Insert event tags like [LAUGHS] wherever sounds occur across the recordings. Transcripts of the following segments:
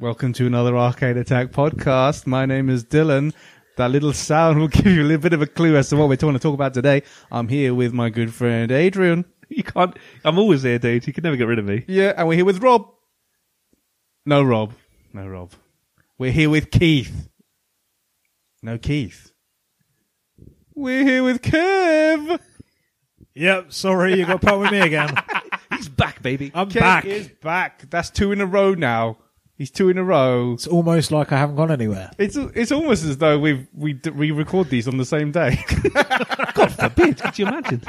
Welcome to another Arcade Attack podcast. My name is Dylan. That little sound will give you a little bit of a clue as to what we're trying to talk about today. I'm here with my good friend Adrian. [LAUGHS] You can't. I'm always there, dude. You can never get rid of me. Yeah, and we're here with Rob. No, Rob. No, Rob. We're here with Keith. No, Keith. We're here with Kev. Yep, sorry, you got part with [LAUGHS] me again. He's back, baby. I'm Kev back. is back. That's two in a row now. He's two in a row. It's almost like I haven't gone anywhere. It's it's almost as though we we d- we record these on the same day. [LAUGHS] Forbid. Could you imagine?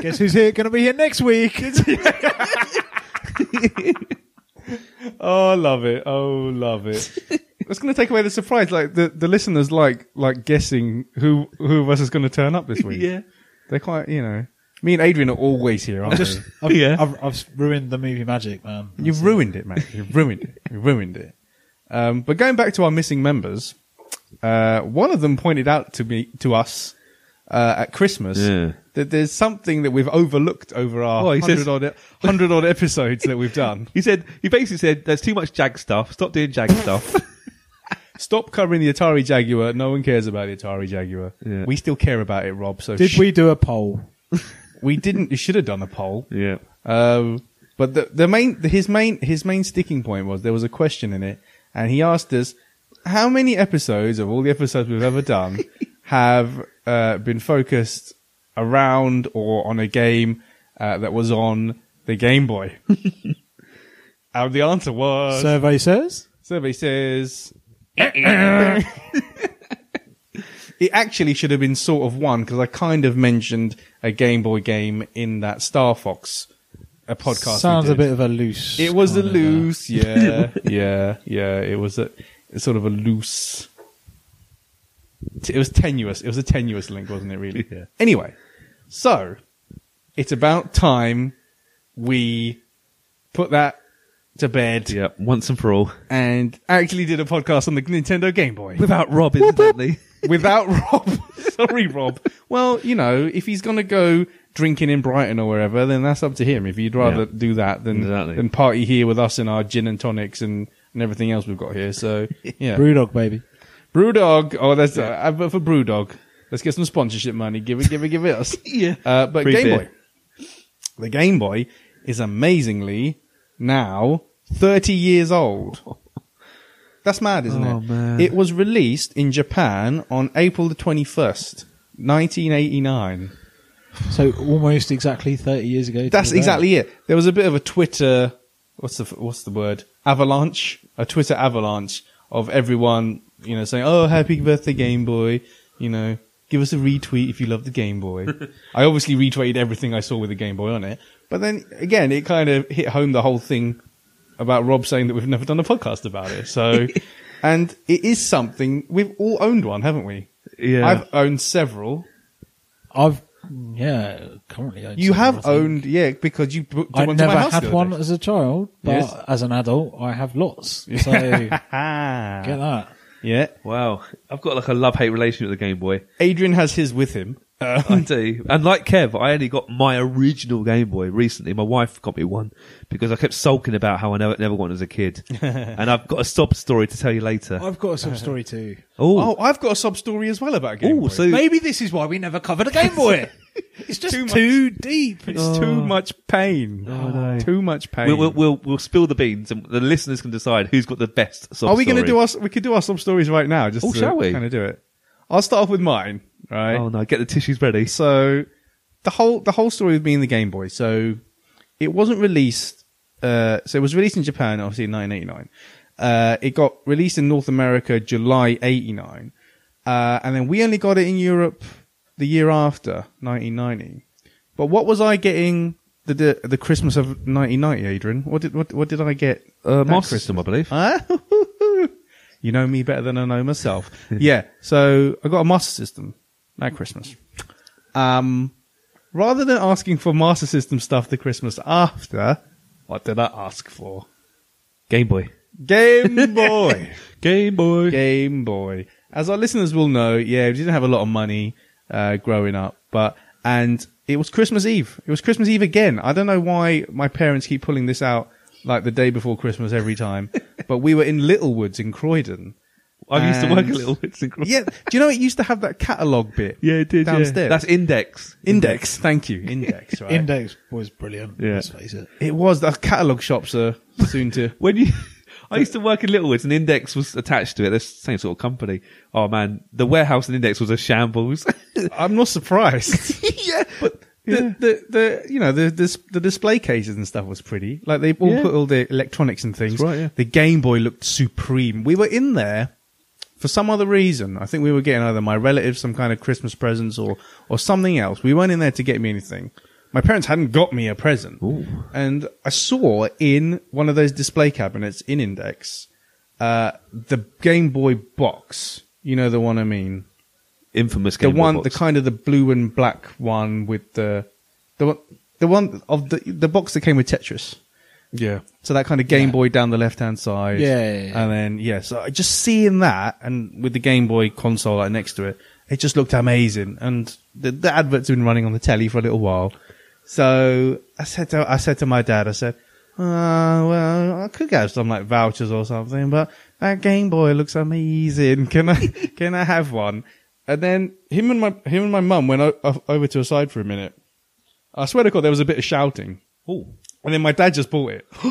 Guess who's here? Going to be here next week. Oh, love it! Oh, love it! [LAUGHS] It's going to take away the surprise. Like the, the listeners like like guessing who who of us is going to turn up [LAUGHS] this week. yeah. they're quite you know. Me and Adrian are always here. Aren't [LAUGHS] Just, we? I've, Yeah. I've, I've ruined the movie magic, man. You've ruined it, mate. You've ruined it. You've ruined it. Um, but going back to our missing members, uh, one of them pointed out to me to us uh, at Christmas Yeah. that there's something that we've overlooked over our Oh, he hundred says- odd e-, hundred odd episodes that we've done. He said. He basically said, "There's too much Jag stuff. Stop doing [LAUGHS] Jag stuff." Stop covering the Atari Jaguar. No one cares about the Atari Jaguar. Yeah. We still care about it, Rob. So Did sh- we do a poll? We didn't. You should have done a poll. yeah. Um, but the the main the- his main his main sticking point was there was a question in it, and he asked us how many episodes of all the episodes we've ever done have uh, been focused around or on a game uh, that was on the Game Boy. and the answer was Survey says? survey says. [LAUGHS] It actually should have been sort of one because I kind of mentioned a Game Boy game in that Star Fox a podcast. we Sounds a did. bit of a loose. It was a kind of, uh, loose, [LAUGHS] yeah, yeah, yeah. It was a sort of a loose. It was tenuous. It was a tenuous link, wasn't it? Really. Yeah. Anyway, so it's about time we put that to bed Yeah. Once and for all. and actually did a podcast on the Nintendo Game Boy Without Rob, incidentally. without Rob. [LAUGHS] Sorry, Rob. Well, you know, if he's going to go drinking in Brighton or wherever, then that's up to him. If you'd rather Yeah. do that than Exactly. than party here with us and our gin and tonics and, and everything else we've got here. [LAUGHS] So, yeah. Brew- Brewdog, baby. Brewdog. Oh, that's uh, advert for Brewdog. Let's get some sponsorship money. Give it, give it, give it us. [LAUGHS] Yeah. Uh, but Free Game beer. Boy. The Game Boy is amazingly now 30 years [LAUGHS] old. That's mad, isn't Oh, it? man. It was released in Japan on April the 21st, 1989. So almost exactly 30 years ago. to That's the day. exactly it. There was a bit of a Twitter, what's the, what's the word? Avalanche, a Twitter avalanche of everyone, you know, saying, oh, happy birthday Game Boy, you know, give us a retweet if you love the Game [LAUGHS] Boy. I obviously retweeted everything I saw with the Game Boy on it. But then again, it kind of hit home the whole thing about Rob saying that we've never done a podcast about it. [LAUGHS] So, and it is something we've all owned one, haven't we? Yeah. I've owned several. I've, yeah, currently own You some, I have think. owned, yeah, because you booked I one to my never house the had other one day. as a child, but Yes. as an adult, I [LAUGHS] have lots. So, get Ah. that. Yeah. Wow. I've got like a love-hate relationship with the Game Boy. Adrian has his with him. I do. And like Kev, I only got my original Game Boy recently. My wife got me one because I kept sulking about how I never, never wanted as a [LAUGHS] kid. and I've got a sob story to tell you later. I've got a sub story too. Oh, I've got a sub story as well about Game Ooh, Boy. so- Maybe this is why we never covered a [LAUGHS] Game Boy. It's just Too too, much. [LAUGHS] deep. it's too much pain. Oh. no. Too much pain. We'll, we'll, we'll, we'll spill the beans and the listeners can decide who's got the best sob Are we going to do our? We could do our sub stories right now. Just Oh, to shall we? Kind of do it. I'll start off with mine. Right. Oh no, get the tissues ready. So the whole the whole story with me and the Game Boy. So it wasn't released. Uh, so it was released in Japan, obviously in 1989. Uh, it got released in North America July 89, uh, and then we only got it in Europe the year after 1990. But what was I getting the the, the Christmas of 1990, Adrian? What did what what did I get? that Uh, Master Christmas? System, I believe. Ah, [LAUGHS] you know me better than I know myself. [LAUGHS] yeah. So I got a Master System at Christmas. Um, rather than asking for Master System stuff the Christmas after, what did I ask for? Game Boy. [LAUGHS] Game Boy. Game Boy. Game Boy. As our listeners will know, yeah, we didn't have a lot of money uh, growing up, but and it was Christmas Eve. It was Christmas Eve again. I don't know why my parents keep pulling this out like the day before Christmas every [LAUGHS] time, but we were in Littlewoods in Croydon. I used to work a And- little bit. Yeah, do you know it used to have that catalog bit? [LAUGHS] yeah, it did. yeah. downstairs. That's Index. Index. Thank you, [LAUGHS] Index. Right. Index was brilliant. Yeah. Let's face it. It was the catalog shops are soon to. When you, [LAUGHS] I used to work in Littlewoods, and Index was attached to it. They're the same sort of company. Oh man, the warehouse and Index was a shambles. [LAUGHS] I'm not surprised. yeah, but the, the the you know the, the the display cases and stuff was pretty. Like they all Yeah. put all the electronics and things. That's right, yeah. The Game Boy looked supreme. We were in there for some other reason. I think we were getting either my relatives some kind of Christmas presents or or something else. We weren't in there to get me anything. My parents hadn't got me a present, and I saw in one of those display cabinets in Index uh, the Game Boy box. You know the one I mean infamous the Game Boy one, box. the kind of the blue and black one with the the one, the one of the the box that came with Tetris. yeah. So that kind of Game Boy down the left hand side. Yeah, yeah, yeah. And then yeah, so I just seeing that and with the Game Boy console like next to it, it just looked amazing. And the, the advert's been running on the telly for a little while. So I said to I said to my dad, I said, uh, well, I could get some like vouchers or something, but that Game Boy looks amazing. Can [LAUGHS] I can I have one? And then him and my him and my mum went o- o- over to a side for a minute. I swear to God, there was a bit of shouting. Oh, And then my dad just bought it. [GASPS]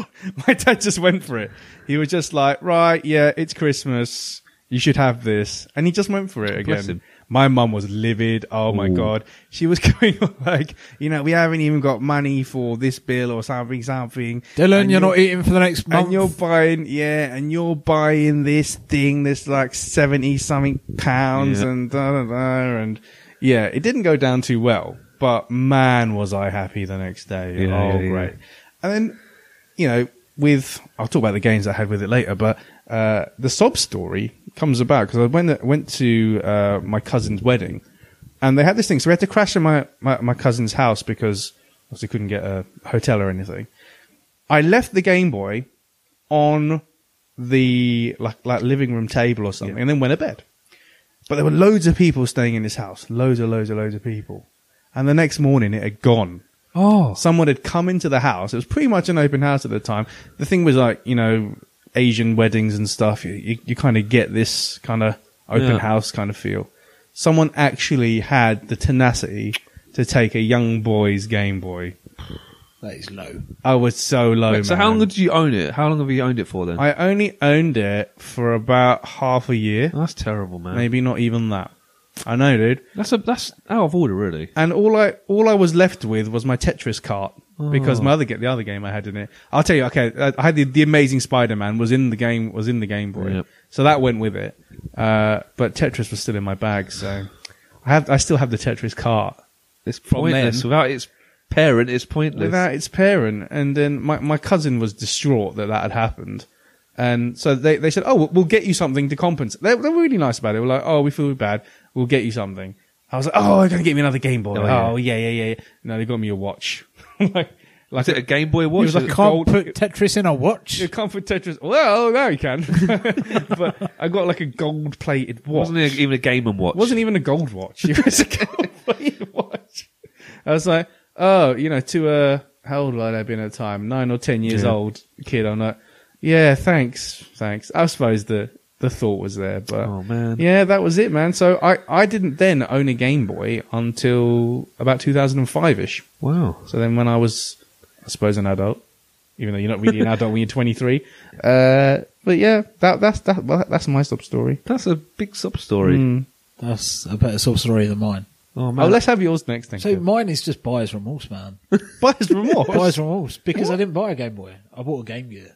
my dad just went for it. He was just like, right, yeah, it's Christmas. You should have this. And he just went for it again. Bless him. My mum was livid. Oh my Ooh. God. She was [LAUGHS] going on like, you know, we haven't even got money for this bill or something, something. Dylan, And you're not eating for the next month. and you're buying, yeah, and you're buying this thing that's like 70 something pounds Yeah. and da da da. And yeah, it didn't go down too well, but man, was I happy the next day. Yeah, oh, yeah, yeah. great. And then, you know, with, I'll talk about the games I had with it later, but, uh, the sob story comes about because I went, went to, uh, my cousin's wedding and they had this thing. So we had to crash in my, my, my cousin's house because obviously couldn't get a hotel or anything. I left the Game Boy on the like like living room table or something, and then went to bed. But there were loads of people staying in this house, loads and loads and loads of people. And the next morning, it had gone. oh, Someone had come into the house. It was pretty much an open house at the time. The thing was like you know Asian weddings and stuff. You you, you kind of get this kind of open Yeah. house kind of feel. Someone actually had the tenacity to take a young boy's Game Boy. that is low. I was so low. so man. how long did you own it? How long have you owned it for then? I only owned it for about half a year, Oh, that's terrible, man. maybe not even that. I know, dude. That's a that's out of order, really. And all I all I was left with was my Tetris cart because my other get the other game I had in it. I'll tell you. Okay, I I had the, the Amazing Spider Man was in the game was in the Game Boy, Yep. so that went with it. Uh, but Tetris was still in my bag, so I have I still have the Tetris cart. It's From then- pointless. Without its parent, it's pointless. without its parent. And then my, my cousin was distraught that that had happened. And so they, they said, Oh, we'll, we'll get you something to compensate. They, they were really nice about it. They were like, Oh, we feel bad. We'll get you something. I was like, Oh, they're going to get me another Game Boy. Oh, Oh, yeah. yeah. yeah, yeah, yeah. No, they got me a watch. [LAUGHS] like, like Is it a Game Boy watch? was like Is a it- Can't gold- put Tetris in a watch. a comfort Tetris. Well, now you can. [LAUGHS] but I got like a gold plated watch. wasn't it even a Game and Watch? It wasn't even a gold watch. [LAUGHS] It was a gold plated watch. I was like, oh, you know, to a how old would I have been at the time? Nine or ten years Yeah. old kid. I'm like, yeah, thanks, thanks. I suppose the the thought was there, but Oh, man. yeah, that was it, man. So I I didn't then own a Game Boy until about 2005 ish. Wow. So then when I was, I suppose, an adult, even though you're not really an adult when you're 23. [LAUGHS] Uh, but yeah, that that's that well, that's my sub story. That's a big sob story. That's a better sub story than mine. Oh Hmm. Oh, man. let's have yours next. Thank So you. mine is just buyer's remorse, man. Buyer's [LAUGHS] remorse. buyer's remorse because I didn't buy a Game Boy. I bought a [LAUGHS] Game Gear.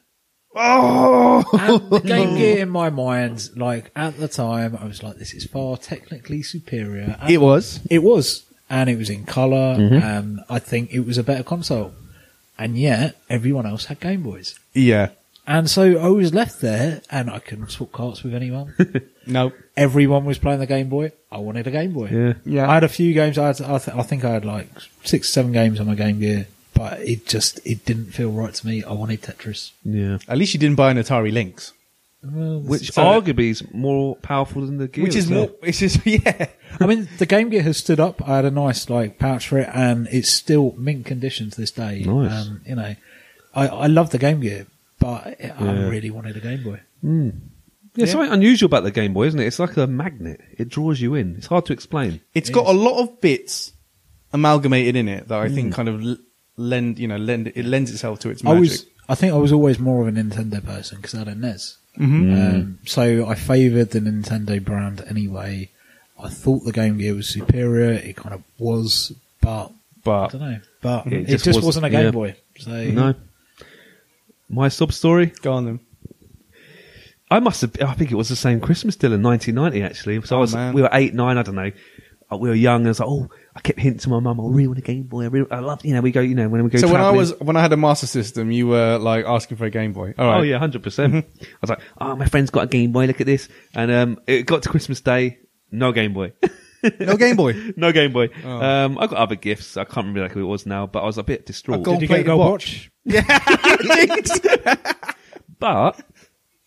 Oh, And the Game Gear in my mind, like at the time, I was like, this is far technically superior. And it was. It was, and it was in color, and I think it was a better console. and yet everyone else had Game Boys. Yeah. And so I was left there, and I couldn't swap carts with anyone. Nope. everyone was playing the Game Boy. I wanted a Game Boy. Yeah. Yeah. I had a few games. I, had, I, th- I think I had like six, seven games on my Game Gear, but it just it didn't feel right to me. I wanted Tetris. Yeah. At least you didn't buy an Atari Lynx. Well, this Which is- arguably is more powerful than the gear. Which is as well. more, it's just, [LAUGHS] yeah. I mean, the Game Gear has stood up. I had a nice like pouch for it, and it's still mint condition to this day. Nice. Um, you know, I, I love the Game Gear, but I Yeah. really wanted a Game Boy. Hmm. Yeah, Yeah. something unusual about the Game Boy, isn't it? It's like a magnet. It draws you in. It's hard to explain. It's got a lot of bits amalgamated in it that I think kind of l- lend, you know, lend, it lends itself to its I magic. was, I think I was always more of a Nintendo person because I had a NES. Mm. Um, so I favoured the Nintendo brand anyway. I thought the Game Gear was superior. It kind of was, but I but don't know. But It it, just just, wasn't- wasn't, a Game yeah. Boy. So No. My sub story? go on then. I must have. I think it was the same Christmas deal in 1990. Actually, so I was. Oh, man. We were eight, nine. I don't know. Uh, We were young. And I was like, oh, I kept hinting to my mum, I really want a Game Boy. I, really, I love. You know, we go. You know, when we go. So when I travelling- was, when I had a Master System, you were like asking for a Game Boy. All right. Oh yeah, hundred percent. Mm-hmm. I was like, oh, my friend's got a Game Boy. Look at this. And um, it got to Christmas Day. No Game Boy. No Game Boy. [LAUGHS] no Game Boy. Oh. Um, I got other gifts. I can't remember exactly who it was now, but I was a bit distraught. gold- did you get a Gold-plated gold watch. watch? But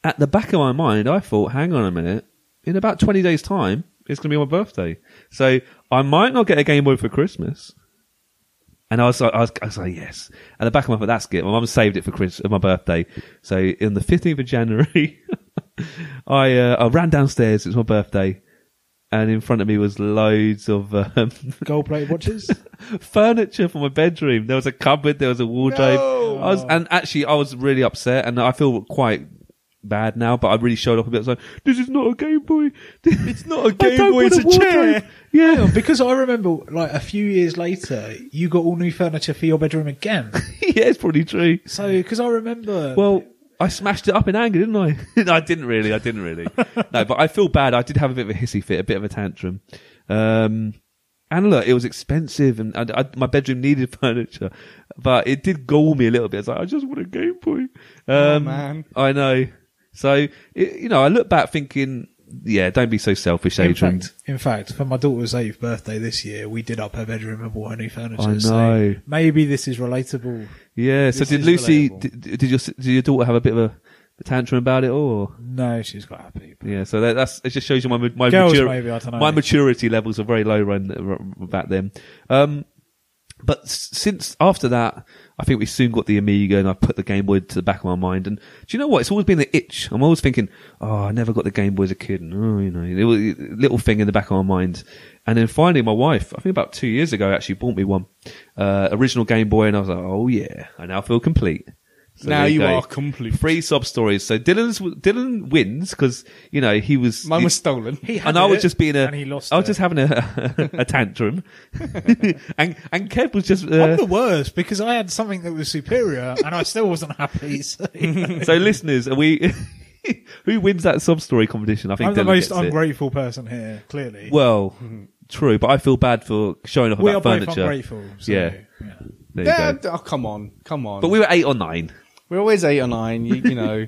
at the back of my mind, I thought, hang on a minute. In about 20 days' time, it's going to be my birthday. So I might not get a Game Boy for Christmas. And I was like, I was, I was like, yes. At the back of my thought, that's good. My mum saved it for Chris, my birthday. So on the 15th of January, [LAUGHS] I, uh, I ran downstairs. It was my birthday. And in front of me was loads of um, Gold [LAUGHS] plated watches. furniture for my bedroom. There was a cupboard, there was a wardrobe. No. I was, and actually, I was really upset, and I feel quite bad now. But I really showed up a bit. I was like, "This is not a Game Boy. It's not [LAUGHS] a Game Boy, it's a chair." Hang Yeah, [LAUGHS] on, because I remember like a few years later, you got all new furniture for your bedroom again. yeah, it's probably true. So because I remember, Well, I smashed it up in anger, didn't I? [LAUGHS] no, I didn't really. I didn't really. no, but I feel bad. I did have a bit of a hissy fit, a bit of a tantrum. Um, and look, it was expensive, and I, I- my bedroom needed [LAUGHS] furniture, but it did gall me a little bit. It's like I just want a Game Boy. Um, man. I know. So it, you know, I look back thinking, yeah, don't be so selfish, in Adrian. fact, in fact, for my daughter's eighth birthday this year, we did up her bedroom and bought her new furniture. I know. So maybe this is relatable. Yeah. So This did is Lucy? relatable. Did, did your did your daughter have a bit of a, tantrum about it, all, or? No, she's quite happy. Yeah, so that, that's it. Just shows you my ma- my, Girls, matur- maybe, I dunno. my maturity levels are very low when, r- back then. Um, but s- since after that, I think we soon got the Amiga, and I put the Game Boy to the back of my mind. And do you know what? It's always been the itch. I'm always thinking, oh, I never got the Game Boy as a kid. And, oh, you know, it was a little thing in the back of my mind. And then finally, my wife, I think about two years ago, actually bought me one uh, original Game Boy, and I was like, oh yeah, I now feel complete. So Now there you go. are complete. Three sub stories. So Dylan's Dylan wins because you know he was. Mine he- was stolen. He had and I was it, just being a. and he lost I was it. just having a [LAUGHS] a [LAUGHS] tantrum, and and Kev was just. I'm Uh, the worst because I had something that was superior and I still wasn't happy. [LAUGHS] So [LAUGHS] so listeners, are we? [LAUGHS] who wins that sub story competition? I think I'm the Dylan most gets it. ungrateful person here, clearly. Well, true, but I feel bad for showing off we are about both furniture. ungrateful. So, yeah, there you Yeah, go. oh, come on. Come on. But we were eight or nine. We're always eight or nine, you, you know.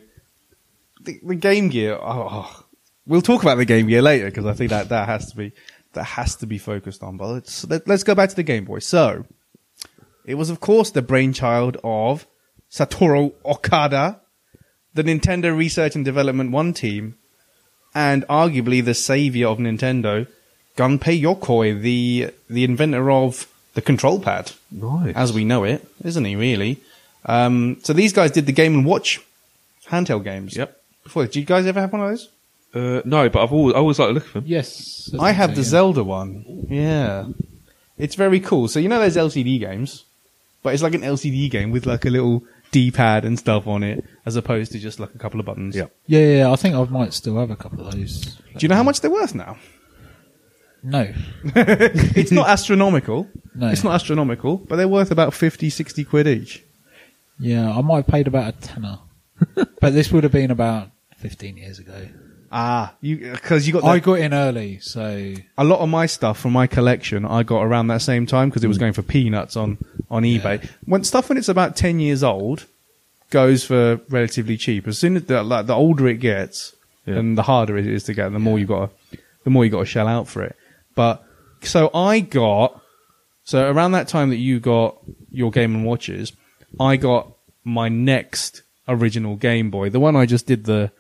the, the Game Gear. Oh, oh. we'll talk about the Game Gear later because I think that that has to be that has to be focused on. But let's let, let's go back to the Game Boy. So it was, of course, the brainchild of Satoru Okada, the Nintendo Research and Development One team, and arguably the savior of Nintendo, Gunpei Yokoi, the the inventor of the control pad Nice. as we know it, isn't he? Really. Um, so these guys did the Game and Watch handheld games. Yep. Before, did you guys ever have one of those? Uh, no, but I've always I always like to look at them. Yes. I have the Zelda one. Yeah, it's very cool. So you know those LCD games, but it's like an LCD game with like a little D-pad and stuff on it, as opposed to just like a couple of buttons. Yep. Yeah, yeah, yeah, I think I might still have a couple of those. Do you know how much they're worth now? No. It's not astronomical. No. It's not astronomical, but they're worth about 50, 60 quid each. Yeah, I might have paid about a tenner. [LAUGHS] but this would have been about 15 years ago. Ah, you because you got I the got in early, so. [LAUGHS] a lot of my stuff from my collection I got around that same time because it was going for peanuts on on eBay. When stuff when it's about ten years old goes for relatively cheap. As soon as the, like, the older it gets, Yeah. and the harder it is to get, the more you got, to the more you got to shell out for it. But so I got so around that time that you got your Game and Watches, I got my next original Game Boy, the one I just did the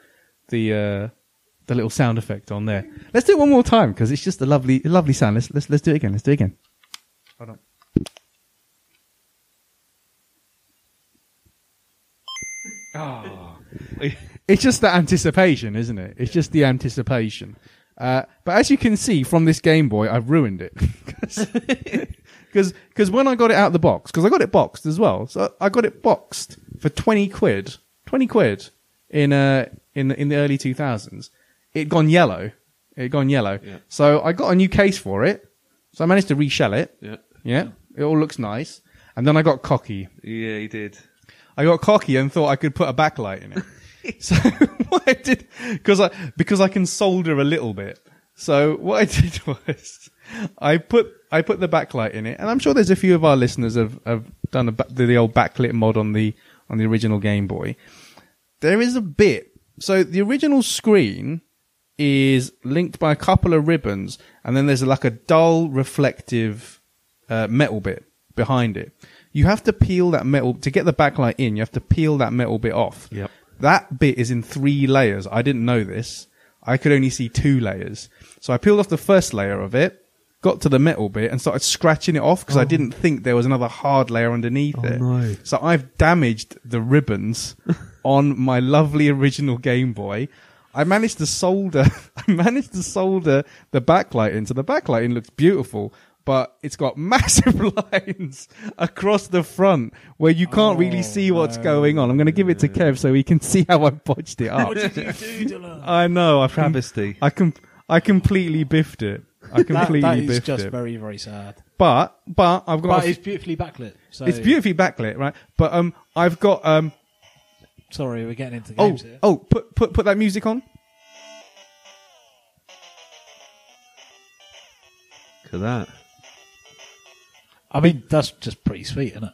the uh, the little sound effect on there. Let's do it one more time because it's just a lovely lovely sound. Let's let's let's do it again. Let's do it again. Hold on. It's just the anticipation, isn't it? It's just the anticipation. Uh, but as you can see from this Game Boy, I've ruined it. [LAUGHS] Because when I got it out of the box, because I got it boxed as well, so I got it boxed for twenty quid, twenty quid in uh in in the early two thousands. It gone yellow, it gone yellow. Yeah. So I got a new case for it. So I managed to reshell it. Yeah. yeah, it all looks nice. And then I got cocky. Yeah, he [LAUGHS] did. I got cocky and thought I could put a backlight in it. so [LAUGHS] what I did, because I because I can solder a little bit. So what I [LAUGHS] did was I put I put the backlight in it, and I'm sure there's a few of our listeners have have done a, ba- the, the old backlit mod on the on the original Game Boy. There is a bit. So the original screen is linked by a couple of ribbons, and then there's like a dull reflective uh, metal bit behind it. You have to peel that metal to get the backlight in. You have to peel that metal bit off. Yep. That bit is in three layers. I didn't know this. I could only see two layers. So I peeled off the first layer of it, got to the metal bit, and started scratching it off because I didn't think there was another hard layer underneath it. no. So I've damaged the ribbons on my lovely original Game Boy. I managed to solder. [LAUGHS] I managed to solder the backlight in. So the backlighting looks beautiful, but it's got [LAUGHS] massive lines across the front where you can't really see what's going on. I'm going to give it to Kev so he can [LAUGHS] see how I botched it [LAUGHS] up. I know. I Travesty. I com- I completely biffed it. I completely that is biffed just it. very, very sad. but but I've got. But a- it's beautifully backlit. So it's beautifully backlit, right? But um, I've got um. Sorry, we're getting into Oh, games here. oh, put put put that music on. Look at that. oh. I mean, that's just pretty sweet, isn't it?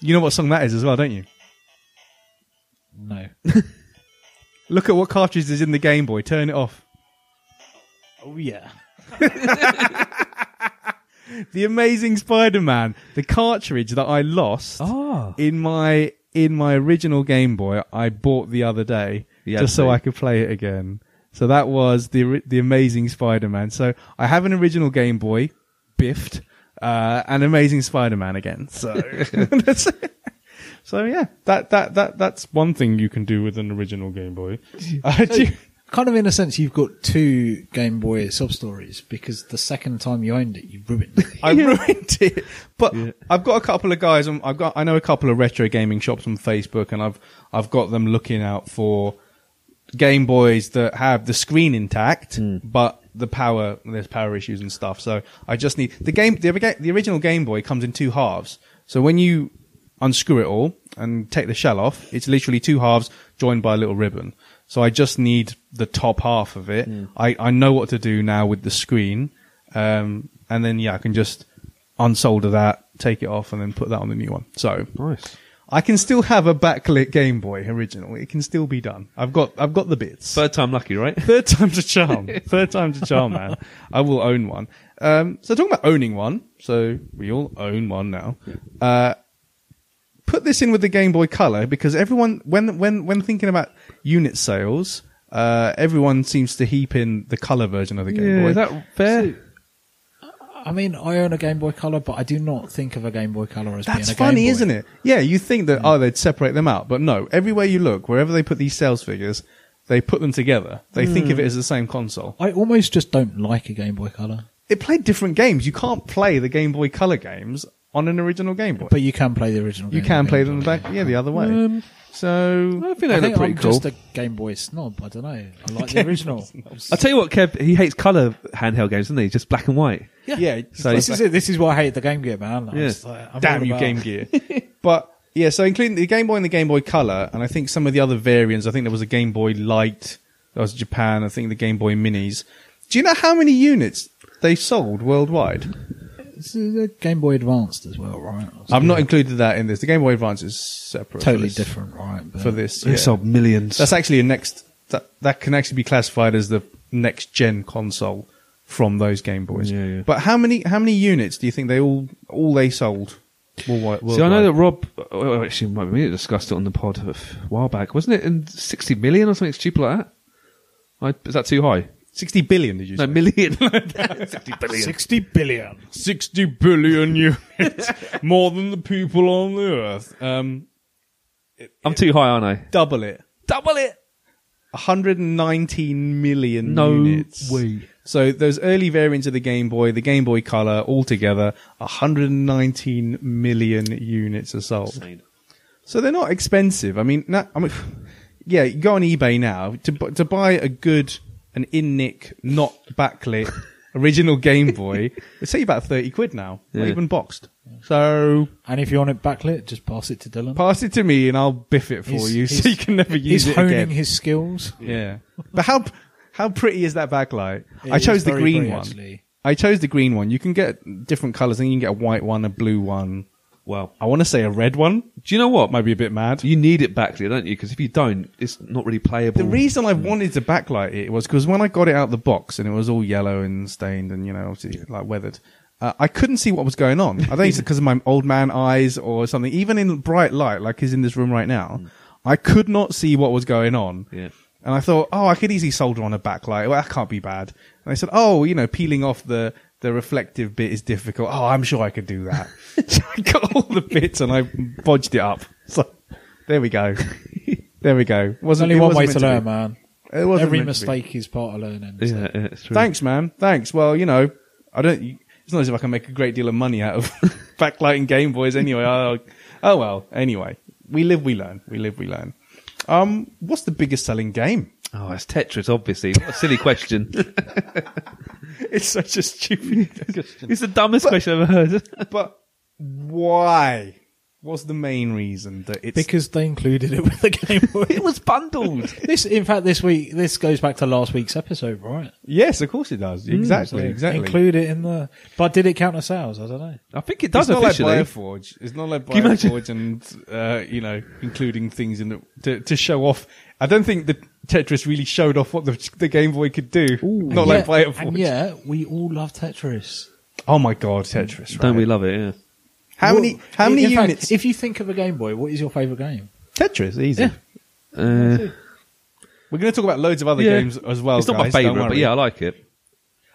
You know what song that is as well, don't you? [LAUGHS] No. Look at what cartridge is in the Game Boy. Turn it off. oh yeah. [LAUGHS] The Amazing Spider-Man, the cartridge that I lost Ah. in my in my original Game Boy, I bought the other day Yeah, just so same. I could play it again. So that was the ori- the Amazing Spider-Man. So I have an original Game Boy, biffed, uh, and Amazing Spider-Man again. So [LAUGHS] that's it. So yeah, that, that that that's one thing you can do with an original Game Boy. Uh, [LAUGHS] do you- Kind of in a sense, you've got two Game Boy sub stories because the second time you owned it, you ruined it. I ruined it. But Yeah. I've got a couple of guys. On, I've got I know a couple of retro gaming shops on Facebook, and I've I've got them looking out for Game Boys that have the screen intact, but the power there's power issues and stuff. So I just need the game. The, orga- the original Game Boy comes in two halves. So when you unscrew it all and take the shell off, it's literally two halves joined by a little ribbon. So I just need the top half of it. I, I know what to do now with the screen. Um, and then yeah, I can just unsolder that, take it off, and then put that on the new one. So Nice. I can still have a backlit Game Boy original. It can still be done. I've got I've got the bits. Third time lucky, right? Third time's a charm. Third time's a charm, man. I will own one. Um, so talking about owning one, so we all own one now. Uh, put this in with the Game Boy Color because everyone, when when when thinking about unit sales, uh, everyone seems to heap in the color version of the Game Boy. is that fair? I mean, I own a Game Boy Color, but I do not think of a Game Boy Color as being That's a funny, Game Boy. isn't it? Yeah, you think that oh they'd separate them out, but no. Everywhere you look, wherever they put these sales figures, they put them together. They think Hmm. of it as the same console. I almost just don't like a Game Boy Color, It played different games. You can't play the Game Boy Color games on an original Game Boy. but you can play the original. you Game can Boy play Game them Boy. back, yeah, the other way. Um, so I think they I look think pretty I'm cool. just a Game Boy snob. I don't know. [LAUGHS] I like the original. I tell you what, Kev, he hates colour handheld games, doesn't he? Just black and white. Yeah, so- this is it. This is why I hate the Game Gear, man. I'm Yeah. just like, I'm damn all you, about- Game Gear. [LAUGHS] but yeah, so including the Game Boy and the Game Boy Color, and I think some of the other variants. I think there was a Game Boy Light. That was Japan. I think the Game Boy Minis. Do you know how many units they sold worldwide? This is a Game Boy Advanced as well, right? I've not included that in this. The Game Boy Advance is separate. for totally this- different, right? But for this. They yeah. sold millions. That's actually a next that that can actually be classified as the next gen console from those Game Boys. Yeah, yeah. But how many how many units do you think they all all they sold? Worldwide, See, I know that worldwide? Rob oh, actually might be me that discussed it on the pod a f- while back, wasn't it? In sixty million or something stupid like that. I, is that too high? sixty billion. Did you No, say? million. [LAUGHS] [LAUGHS] sixty billion. sixty billion. sixty billion [LAUGHS] units, more than the people on the earth. Um, I'm too high, aren't I? double it. Double it. 119 million No units. way. So those early variants of the Game Boy, the Game Boy Color, altogether, 119 million units are sold. So they're not expensive. I mean, na I mean, [LAUGHS] yeah, you go on eBay now to bu- to buy a good, an in nick, not [LAUGHS] backlit original Game Boy. It's say about 30 quid now, not Yeah. even boxed. So And if you want it backlit, just pass it to Dylan. pass it to me and I'll biff it for He's- you, [LAUGHS] so he's- you can never use He's it honing again. his skills. Yeah. But how how pretty is that backlight? It I chose is the very green pretty, one. actually. I chose the green one. You can get different colors. I think you can get a white one, a blue one. Wow. I want to say a red one. Do you know what? Might be a bit mad. You need it back there, don't you? Because if you don't, it's not really playable. The reason I wanted to backlight it was because when I got it out the box and it was all yellow and stained and you know obviously like weathered, uh, I couldn't see what was going on. I think it's because of my old man eyes or something. Even in bright light, like is in this room right now, I could not see what was going on. Yeah. And I thought, oh, I could easily solder on a backlight. Well, that can't be bad. And I said, oh, you know, peeling off the the reflective bit is difficult. Oh, I'm sure I could do that. so I got all the bits and I bodged it up. So there we go. There we go. There's Wasn't only it one wasn't way meant to be. learn, man. It wasn't Every meant to be. mistake is part of learning. Yeah, yeah, it's true. Thanks, man. Thanks. Well, you know, I don't. It's not as if I can make a great deal of money out of [LAUGHS] backlighting Game Boys anyway. I, oh well. Anyway, we live, we learn. We live, we learn. Um, what's the biggest selling game? [LAUGHS] Oh, it's Tetris, obviously. What a silly question. [LAUGHS] It's such a stupid. it's the dumbest question I've ever heard. but why? What's the main reason that it's? Because they included it with [LAUGHS] the Game Boy. it was bundled. this, in fact, this week, this goes back to last week's episode, right? yes, of course it does. Exactly, Mm, So exactly. Include it in the. But did it count as sales? I don't know. I think it it's does not like officially. Bioforge. It's not like Can you imagine- Bioforge and uh, you know including things in the, to to show off. I don't think the Tetris really showed off what the, the Game Boy could do. Not like yeah, and Bioforge. yeah, we all love Tetris. Oh my god, Tetris! Right? Don't we love it? Yeah. how Well, many how in- many in fact, units? if you think of a Game Boy, what is your favourite game? Tetris, easy. Uh, We're going to talk about loads of other yeah. games as well. It's not guys, my don't favourite, but worry. yeah, I like it.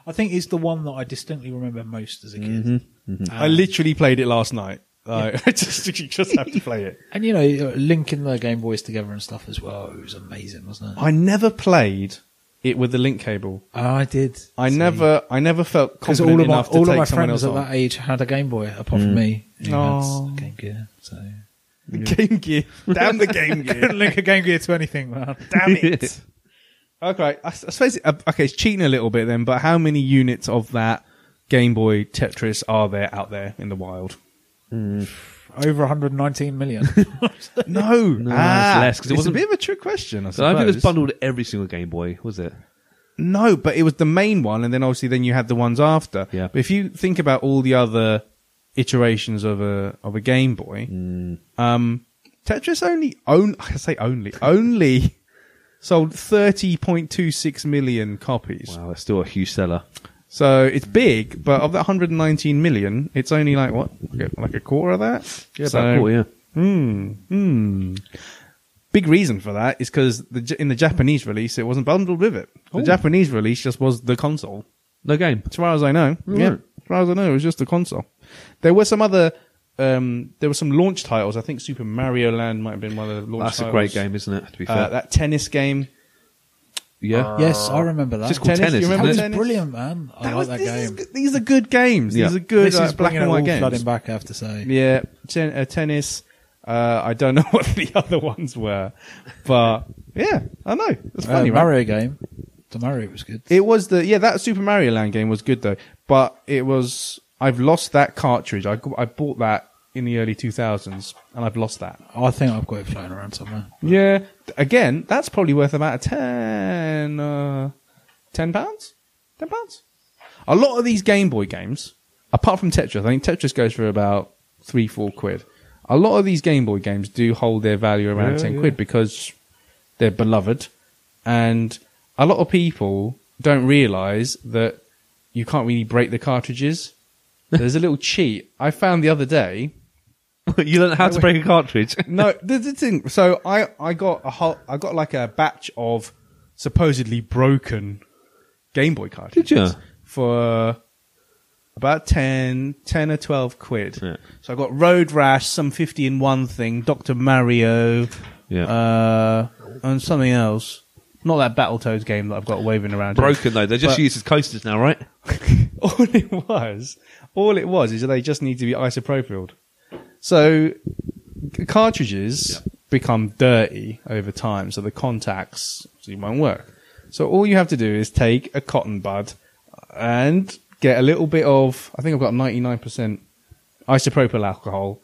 I think it's the one that I distinctly remember most as a kid. Mm-hmm. I literally played it last night. Like, [LAUGHS] I just you just have to play it. And you know, linking the Game Boys together and stuff as well. It was amazing, wasn't it? I never played it with the link cable. I, did. I never I never felt Because confident all of my enough to all take of my someone friends else at on. Mm. that age had a Game Boy, apart from me. who had Oh. a Game Gear. [LAUGHS] So. Game Gear. [LAUGHS] Damn the Game Gear. Couldn't link a Game Gear to anything, man. [LAUGHS] [LAUGHS] Damn it. okay, I, s- I suppose. It, uh, okay, it's cheating a little bit then. But how many units of that Game Boy Tetris are there out there in the wild? Over 119 million. [LAUGHS] No, No, Ah, it's less, 'cause it it's wasn't- a bit of a trick question. I So I suppose. don't think it was bundled every single Game Boy, was it? No, but it was the main one, and then obviously then you had the ones after. Yeah. But if you think about all the other iterations of a of a Game Boy, Mm. um, Tetris only own [LAUGHS] I say only only [LAUGHS] sold thirty point two six million copies. Wow, it's still a huge seller. So it's big, but of that 119 million, it's only like what, like a, like a quarter of that. so, about quarter, yeah. Hmm. Hmm. Big reason for that is because in the Japanese release, it wasn't bundled with it. The Ooh. Japanese release just was the console. No game. As far as I know, Right. yeah. As far as I know, it was just the console. There were some other. Um, there were some launch titles. I think Super Mario Land might have been one of the launch That's a titles. great game, isn't it? To be fair, Uh, that tennis game. yeah. [LAUGHS] yes, I remember that. Just called tennis, Do you isn't that remember was it? tennis? brilliant, man. I That like was- that this is game. good- these are good games. Yeah. These are good this uh, is black bringing and it white all games. flooding back, I have to say. Yeah, ten, uh, tennis. Uh, I don't [LAUGHS] know what the other ones were, but yeah, I know. It's Uh, funny, right? Mario game. The Mario was good. It was the yeah that Super Mario Land game was good though, but it was I've lost that cartridge. I g- I bought that in the early two thousands and I've lost that. I think I've got it floating around somewhere. Yeah, again, that's probably worth about ten uh, ten pounds, ten pounds. A lot of these Game Boy games apart from Tetris, I think Tetris goes for about three, four quid. A lot of these Game Boy games do hold their value around Yeah, ten yeah. quid because they're beloved, and a lot of people don't realise that you can't really break the [LAUGHS] cartridges. There's a little cheat I found the other day. you learn how to break a [LAUGHS] cartridge. No, the, the thing. So I, I got a whole, I got like a batch of supposedly broken Game Boy cartridges. ya? For about 10, 10 or 12 quid. Yeah. So I got Road Rash, some 50 in one thing, Dr. Mario, Yeah. uh, and something else. Not that Battletoads game that I've got waving around. here. Broken though. They're just But- used as coasters now, right? [LAUGHS] all it was, all it was is that they just need to be isopropyl. So c- cartridges become dirty over time, so the contacts so you won't work. So all you have to do is take a cotton bud and get a little bit of, I think I've got 99% isopropyl alcohol,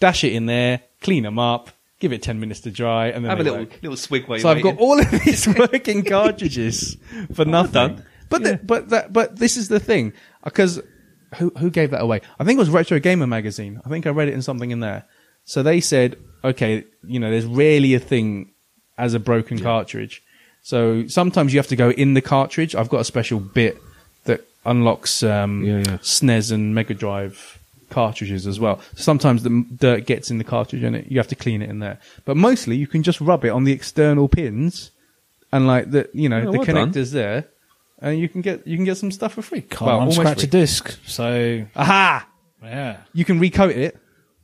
dash it in there, clean them up, give it 10 minutes to dry, and then Have a they little work. little swig while So you're I've got waiting. all of these [LAUGHS] working cartridges for nothing. done. But the, but that but this is the thing because who who gave that away? I think it was Retro Gamer magazine. I think I read it in something in there. So they said, okay, you know, there's rarely a thing as a broken cartridge. So sometimes you have to go in the cartridge. I've got a special bit that unlocks um, Yeah, yeah. SNES and Mega Drive cartridges as well. Sometimes the m- dirt gets in the cartridge and it, you have to clean it in there. But mostly you can just rub it on the external pins and like the you know Yeah, the well done. connectors there, and you can get you can get some stuff for free. Can't well, almost unscratch free. a disc. So Aha! yeah. You can recoat it.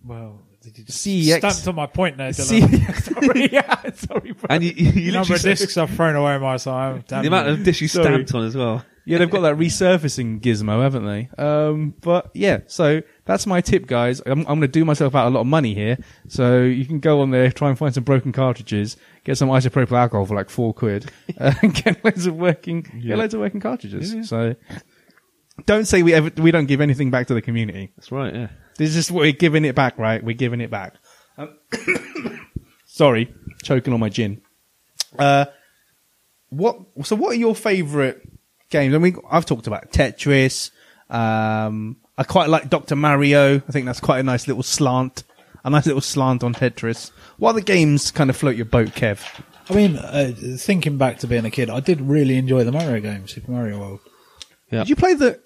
Well, did you just CEX. stamped on my point there, See, [LAUGHS] Dylan? sorry, yeah, sorry, bro. and you, [LAUGHS] you, The you number literally of discs I've thrown away in my time. Damn the amount of dish you Sorry. stamped on as well. Yeah, they've got that resurfacing gizmo, haven't they? Um, but yeah, so that's my tip, guys. I'm, I'm going to do myself out a lot of money here. So you can go on there, try and find some broken cartridges, get some isopropyl alcohol for like four quid, [LAUGHS] uh, and get loads of working, Yeah. get loads of working cartridges. Yeah, yeah. So don't say we ever we don't give anything back to the community. That's right. Yeah. This is we're giving it back, right? We're giving it back. Um, [COUGHS] sorry, choking on my gin. Uh, what? So, what are your favourite games? I mean, I've talked about Tetris. Um, I quite like Doctor Mario. I think that's quite a nice little slant. A nice little slant on Tetris. What other games kind of float your boat, Kev? I mean, uh, thinking back to being a kid, I did really enjoy the Mario game, Super Mario World. Yeah. Did you play the?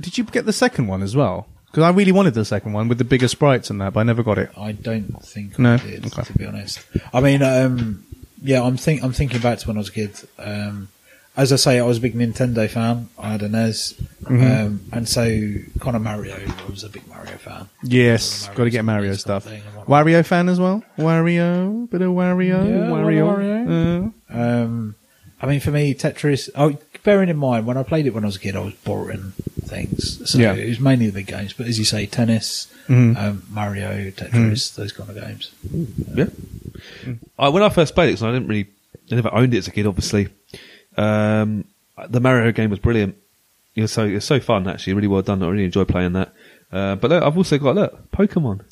Did you get the second one as well? Because I really wanted the second one with the bigger sprites and that, but I never got it. I don't think No? I did, Okay. to be honest. I mean, um, yeah, I'm think I'm thinking back to when I was a kid. Um, as I say, I was a big Nintendo fan. I had a NES, Mm-hmm. um, and so kind of Mario. I was a big Mario fan. Yes, Mario's got to get Mario got stuff. something and whatnot. Wario fan as well. Wario, bit of Wario, Yeah, Wario. Uh, Um, I mean, for me, Tetris. Oh, bearing in mind when I played it when I was a kid, I was borrowing things, so Yeah. Mm-hmm. it was mainly the big games. But as you say, tennis, um, Mario, Tetris, those kind of games. Yeah. I, when I first played it, 'cause I didn't really, I never owned it as a kid, obviously. Um, the Mario game was brilliant. It was so it was so fun actually, really well done. I really enjoyed playing that. Uh, but look, I've also got look Pokemon,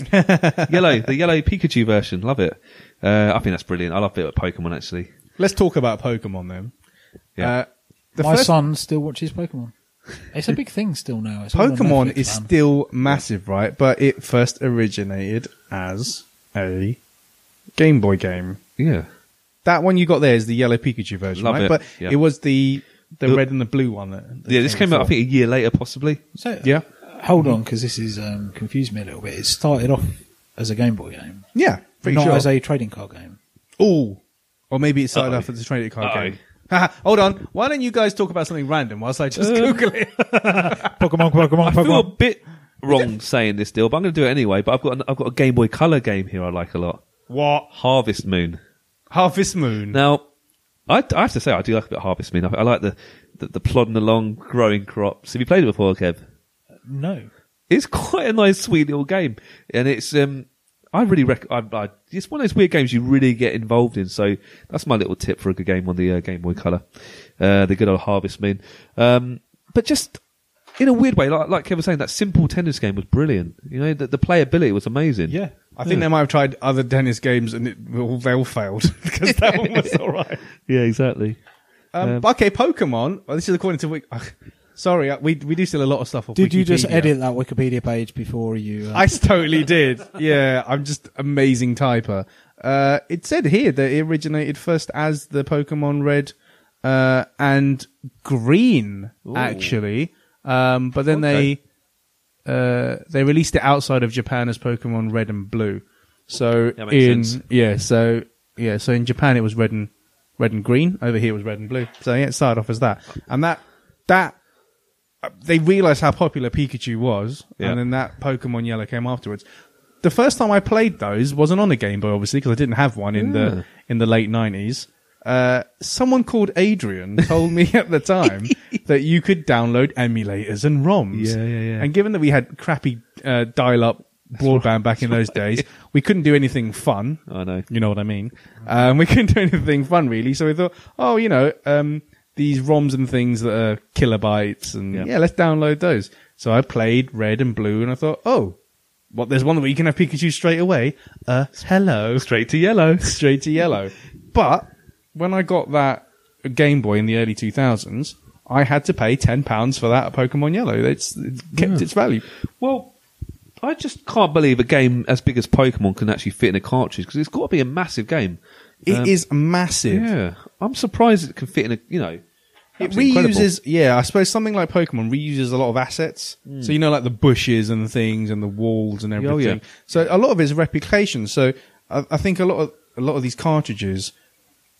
yellow, the yellow Pikachu version. Love it. Uh, I think that's brilliant. I love it with Pokemon actually. Let's talk about Pokemon then. Yeah. Uh, the My first son still watches Pokemon. It's a big thing still now. It's all on Pokemon Netflix, is man. still massive, right? But it first originated as a Game Boy game. yeah, That one you got there is the yellow Pikachu version, Love right? it, But yeah. it was the the The- red and the blue one. That, that yeah. This came out I before. think a year later, possibly. So uh, Yeah. hold on because this is um, confused me a little bit. It started off as a Game Boy game, Yeah, but pretty not sure. as a trading card game. Oh, or maybe it started Uh-oh. off as a trading card Uh-oh. game. Haha, Hold on. Why don't you guys talk about something random whilst I just Google [LAUGHS] it? Pokemon, Pokemon, I feel a Pokemon. bit wrong saying this deal, but I'm going to do it anyway. But I've got an, I've got a Game Boy Color game here I like a lot. What? Harvest Moon. Harvest Moon. Now, I, I have to say, I do like a bit of harvest moon. I, I like the, the, the plodding along, growing crops. Have you played it before, Kev? No, It's quite a nice, sweet little game, and it's um, I really rec- I, I, it's one of those weird games you really get involved in. So that's my little tip for a good game on the uh, Game Boy Color, uh, the good old Harvest Moon. Um, but just in a weird way, like, like Kev was saying, that simple tennis game was brilliant. You know, the, the playability was amazing. Yeah. I think they might have tried other tennis games and it, well, they all failed [LAUGHS] because that [LAUGHS] one was all right. yeah, exactly. Um, Um, but okay, Pokemon. Well, this is according to Wik- [LAUGHS] Sorry, uh, we we do sell a lot of stuff off. Did you just Wikipedia. edit that Wikipedia page before you? Uh, I s- totally did. Yeah, I'm just amazing typer. Uh, it said here that it originated first as the Pokemon Red uh, and Green, actually. Um, but then Okay. they uh, they released it outside of Japan as Pokemon Red and Blue. So That makes in sense. yeah, so yeah, so in Japan it was red and red and green. Over here it was red and blue. So yeah, it started off as that, and that that uh, they realized how popular Pikachu was, Yeah. and then that Pokemon Yellow came afterwards. The first time I played those wasn't on a Game Boy, obviously, because I didn't have one in Yeah. the in the late nineties. Uh, someone called Adrian [LAUGHS] told me at the [LAUGHS] time that you could download emulators and ROMs. Yeah, yeah, yeah. And given that we had crappy uh, dial-up broadband back in those days, we couldn't do anything fun. I know. You know what I mean? Um, we [LAUGHS] couldn't do anything fun really, so we thought, oh, you know, um, these ROMs and things that are kilobytes, and Yeah. yeah, let's download those. So I played Red and Blue, and I thought, oh, what? There's one that we can have Pikachu straight away. Uh, hello, Straight to [LAUGHS] yellow. straight to yellow. But when I got that Game Boy in the early 2000s, I had to pay ten pounds for that Pokemon Yellow. It's, it kept its value. Well, I just can't believe a game as big as Pokemon can actually fit in a cartridge because it's got to be a massive game. It Um, is massive. Yeah, I'm surprised it can fit in a. You know, It that's incredible. Hmm. reuses, yeah, I suppose something like Pokemon reuses a lot of assets. So, you know, like the bushes and things and the walls and Oh, yeah. everything. So a lot of it is replication. So I, I think a lot of, a lot of these cartridges,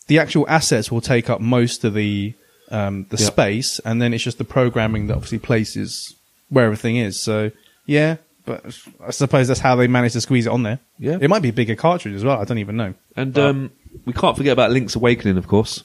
the actual assets will take up most of the, um, the Yeah. space and then it's just the programming that obviously places where everything is. So yeah, but I suppose that's how they manage to squeeze it on there. Yeah. It might be a bigger cartridge as well. I don't even know. And um, we can't forget about Link's Awakening, of course.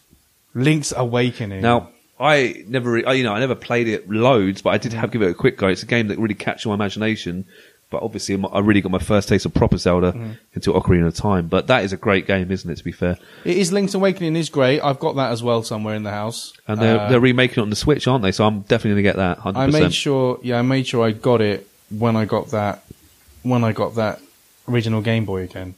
Link's Awakening. Now, I never, re- I, you know, I never played it loads, but I did Mm. have give it a quick go. It's a game that really captured my imagination. But obviously, my- I really got my first taste of proper Zelda Mm. until Ocarina of Time. But that is a great game, isn't it? To be fair, It is Link's Awakening is great. I've got that as well somewhere in the house. and they're Uh, they're remaking it on the Switch, aren't they? So I'm definitely going to get that. 100%. I made sure. Yeah, I made sure I got it when I got that when I got that original Game Boy again.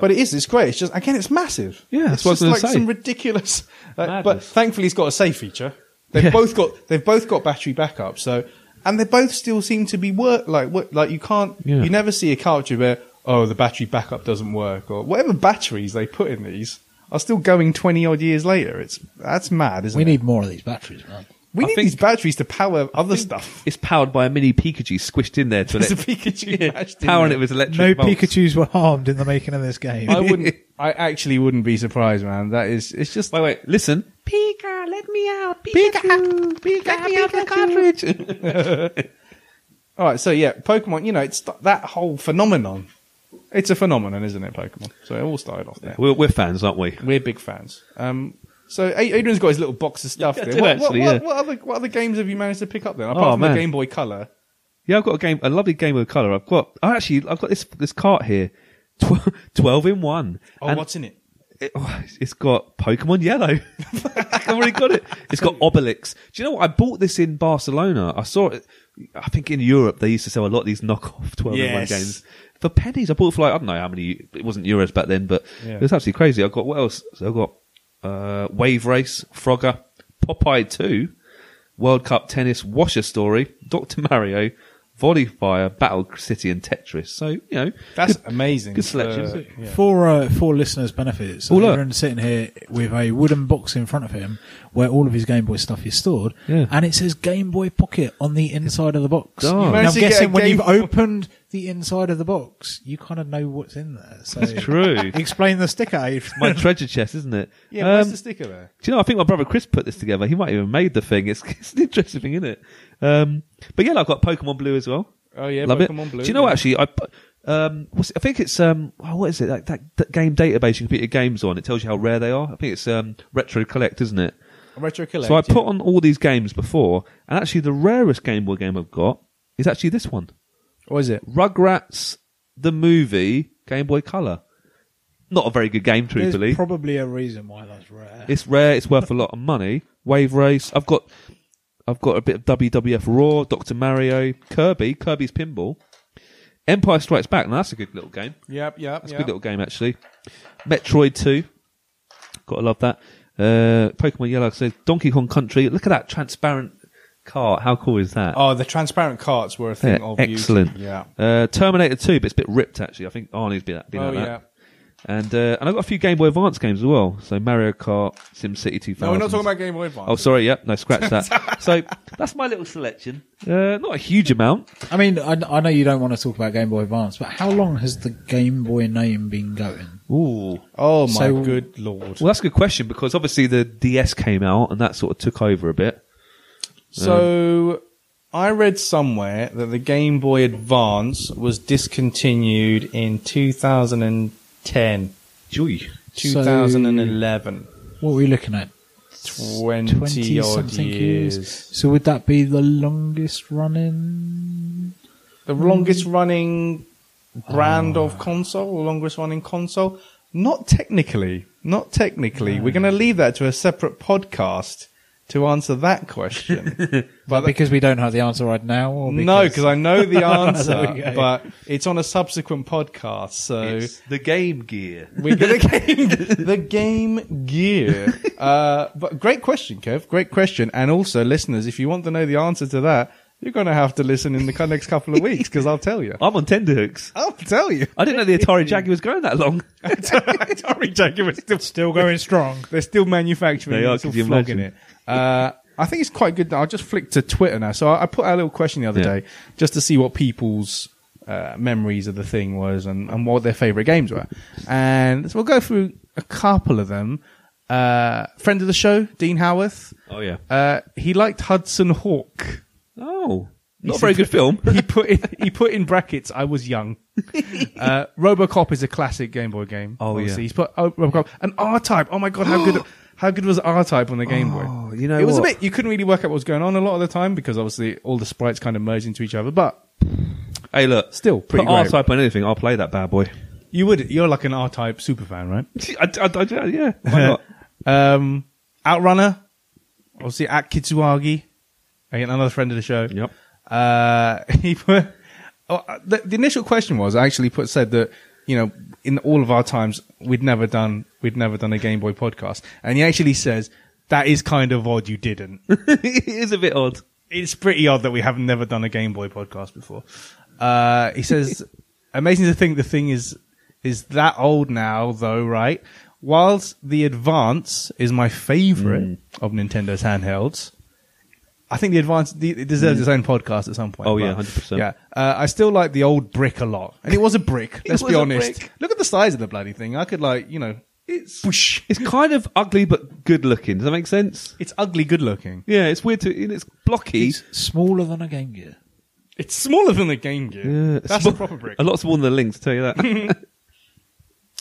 But it is. It's great. It's just again, it's massive. Yeah, that's it's what I was just gonna like say. some ridiculous. like, but Madness. thankfully, it's got a save feature. They've Yeah. both got they've both got battery backup. So and they both still seem to be work like what like you can't Yeah. you never see a cartridge where oh the battery backup doesn't work or whatever batteries they put in these are still going twenty odd years later. It's that's mad, isn't we it? need more of these batteries, man. we I need think- these batteries to power other stuff. It's powered by a mini Pikachu squished in there to [LAUGHS] There's a elect- Pikachu patched [LAUGHS] in powering there. it with electric. No bolts. Pikachu's were harmed in the making of this game. I [LAUGHS] wouldn't. I actually wouldn't be surprised, man. That is. It's just. Wait, wait, listen. Pika, let me out. Pikachu, Pika, let me out of the cartridge. [LAUGHS] All right. So yeah, Pokemon. You know, it's th- that whole phenomenon. It's a phenomenon, isn't it, Pokemon? So it all started off there. We're, we're fans, aren't we? We're big fans. Um. So A- Adrian's got his little box of stuff Yeah, I there. do What, actually, what, what- yeah. what other what other games have you managed to pick up then? Apart Oh, from man. the Game Boy Color. Yeah, I've got a game, a lovely game of color. I've got, I actually, I've got this this cart here, tw- [LAUGHS] twelve in one. Oh, And what's in it? It, oh, it's got Pokemon Yellow. [LAUGHS] I've already got it. It's got Obelix. Do you know what? I bought this in Barcelona. I saw it. I think in Europe they used to sell a lot of these knockoff twelve in one Yes. games for pennies. I bought it for like I don't know how many. It wasn't euros back then, but Yeah. it was absolutely crazy. I got what else? So I got uh, Wave Race, Frogger, Popeye Two, World Cup Tennis, Washer Story, Doctor Mario, Volley Fire, Battle City, and Tetris. So you know That's good- amazing. good selection. Uh, yeah. For uh, for listeners' benefits, Oh, oh, look. sitting here with a wooden box in front of him where all of his Game Boy stuff is stored, Yeah. and it says Game Boy Pocket on the inside of the box. Oh. You Now, managed I'm to get a guessing when Game you've Boy- opened the inside of the box, you kind of know what's in there. So true. [LAUGHS] Explain the sticker, Adrian. My treasure chest, isn't it? Yeah. Where's Um, the sticker there? Do you know? I think my brother Chris put this together. He might have even made the thing. It's, [LAUGHS] it's an interesting thing, isn't it? Um, but yeah, I've got Pokemon Blue as well. Oh, yeah, love Pokemon it. Blue, Do you know? yeah. Actually, I put- um, what's it- I think it's um, oh, what is it? Like that, that game database you can put your games on. It tells you how rare they are. I think it's um, Retro Collect, isn't it? Retro collect. so I put yeah. on all these games before, and actually, the rarest Game Boy game I've got is actually this one: [LAUGHS] What is it? Rugrats the movie Game Boy Color. Not a very good game, truthfully. there's probably a reason why that's rare. It's rare. It's worth a lot of money. Wave Race. I've got, I've got a bit of WWF Raw, Doctor Mario, Kirby, Kirby's Pinball, Empire Strikes Back. Now that's a good little game. Yep. Yep. That's a yep. good little game actually. Metroid Two. Gotta love that. Uh, Pokemon Yellow. So Donkey Kong Country. Look at that transparent cart. How cool is that? Oh, the transparent carts were a Yeah, thing of beauty. excellent. Yeah. Uh, Terminator 2, but it's a bit ripped actually. I think Arnie's been, been Oh at yeah. that. And uh, and I've got a few Game Boy Advance games as well. So Mario Kart, SimCity 2000. No, we're not talking about Game Boy Advance. Oh, sorry. Yep. No, [LAUGHS] scratch that. so that's my little selection. Uh, not a huge amount. I mean, I, I know you don't want to talk about Game Boy Advance, but how long has the Game Boy name been going? Ooh. Oh my So- good lord. Well, that's a good question because obviously the DS came out and that sort of took over a bit. So I read somewhere that the Game Boy Advance was discontinued in 2010, Gee. 2011, What were we looking at? 20, odd years. So would that be the longest running? The longest running brand of console, the longest running console. Not technically, not technically. We're going to leave that to a separate podcast to answer that [LAUGHS] question. but the- Because we don't have the answer right now. Or because No, because I know the answer, [LAUGHS] There we go. but it's on a subsequent podcast. So It's the Game Gear. [LAUGHS] we're gonna game the Game Gear. Uh, but great question, Kev. Great question. And also, listeners, if you want to know the answer to that, you're gonna have to listen in the co- next couple of weeks because I'll tell you. I'm on tenderhooks. I'll tell [LAUGHS] you. I didn't know the Atari Jaguar was going that long. Atari Jaguar is still Still going strong. They're still manufacturing They it, are, still could you flogging imagine? it. Uh, I think it's quite good. Now. I just flicked to Twitter now. So I, I put out a little question the other Yeah. day just to see what people's uh, memories of the thing was and, and what their favorite games were. And so we'll go through a couple of them. Uh, friend of the show, Dean Howarth. Oh, yeah. Uh, he liked Hudson Hawk. Oh, He not a very said- good film. [LAUGHS] He put in, he put in brackets. I was [LAUGHS] young. Uh, RoboCop is a classic Game Boy game. Oh, obviously. yeah. He's put oh, RoboCop and R Type. Oh my god, how [GASPS] good! How good was R Type on the Game Oh, Boy? you know it was what? a bit. You couldn't really work out what was going on a lot of the time because obviously all the sprites kind of merged into each other. But Hey, look, Still pretty put R great. type on anything. I'll play that bad boy. you would. You're like an R Type super fan, right? I, I, I- yeah, [LAUGHS] why not? [LAUGHS] Um, Outrunner. Obviously, at Kitsuagi. Again, another friend of the show. Yep. Uh, [LAUGHS] he put. Oh, uh, the, the initial question was I actually put said that you know in all of our times we'd never done we'd never done a Game Boy podcast, and he actually says that is kind of odd you didn't. it is a bit odd. it's pretty odd that we have never done a Game Boy podcast before. Uh, he says, [LAUGHS] amazing to think the thing is is that old now, though, right? Whilst the Advance is my favorite of Nintendo's handhelds, I think the Advance the, it deserves its own podcast at some point. Oh, yeah, but- 100%. Mm. Yeah, uh, I still like the old brick a lot, and [LAUGHS] it was a brick. Let's was be a honest. brick. Look at the size of the bloody thing. I could like, you know, it's It's kind of ugly but good looking. Does that make sense? it's ugly, good looking. Yeah, it's weird to. It's blocky. It's smaller than a Game Gear. It's smaller than the Game Gear. Yeah, it's That's small- a proper brick. [LAUGHS] A lot smaller than the links. Tell you [LAUGHS] that.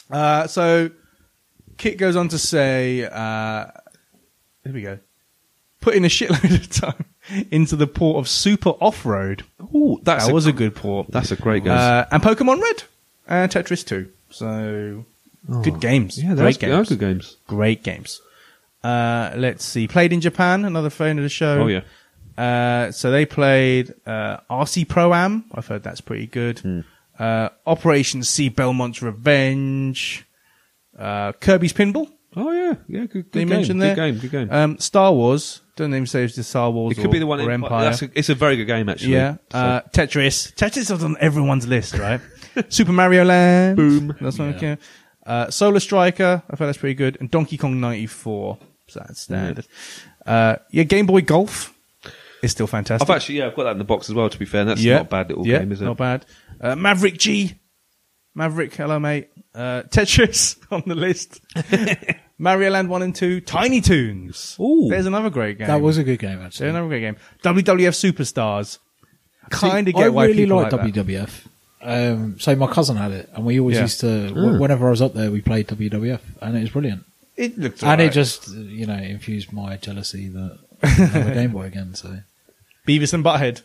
Uh, so Kit goes on to say, uh, here we go. Put in a shitload of time [LAUGHS] into the port of Super Off Road. Ooh, that's That a, was a good port. that's a great guess. Uh, and Pokemon Red and Tetris 2. So good games. yeah, great that's games. they are good games. Great games. Uh, let's see. Played in Japan, another friend of the show. Oh, yeah. Uh, so they played uh, RC Pro Am. I've heard that's pretty good. Hmm. Uh, Operation C Belmont's Revenge. Uh, Kirby's Pinball. Oh yeah, yeah, good, good they game. mentioned good there. game. Good game. Um, Star Wars. Don't even say it's the Star Wars. it could or- be the one. or In, Empire. that's a, it's a very good game actually. yeah. So- Uh, Tetris. Tetris is on everyone's list, right? [LAUGHS] Super Mario Land. Boom. That's not okay. Uh, Solar Striker. I thought that's pretty good. And Donkey Kong 94. So that's standard. Uh, yeah, Game Boy Golf is still fantastic. I've actually yeah, I've got that in the box as well. To be fair, and that's not a bad little yeah, game, is it? Not bad. Uh, Maverick G. Maverick, hello, mate. Uh, [LAUGHS] Tetris on the [LAUGHS] list. Mario Land 1 and 2. Tiny Toons. Ooh. There's another great game. That was a good game There's actually. another great game. WWF Superstars. Kind of get I why really people like like that. WWF. Um, so my cousin had it, and we always Yeah. used to. w- Whenever I was up there, we played WWF, and it was brilliant. It looked and alright. it just, you know, infused my jealousy that I didn't have a Game Boy [LAUGHS] again. So Beavis and Butthead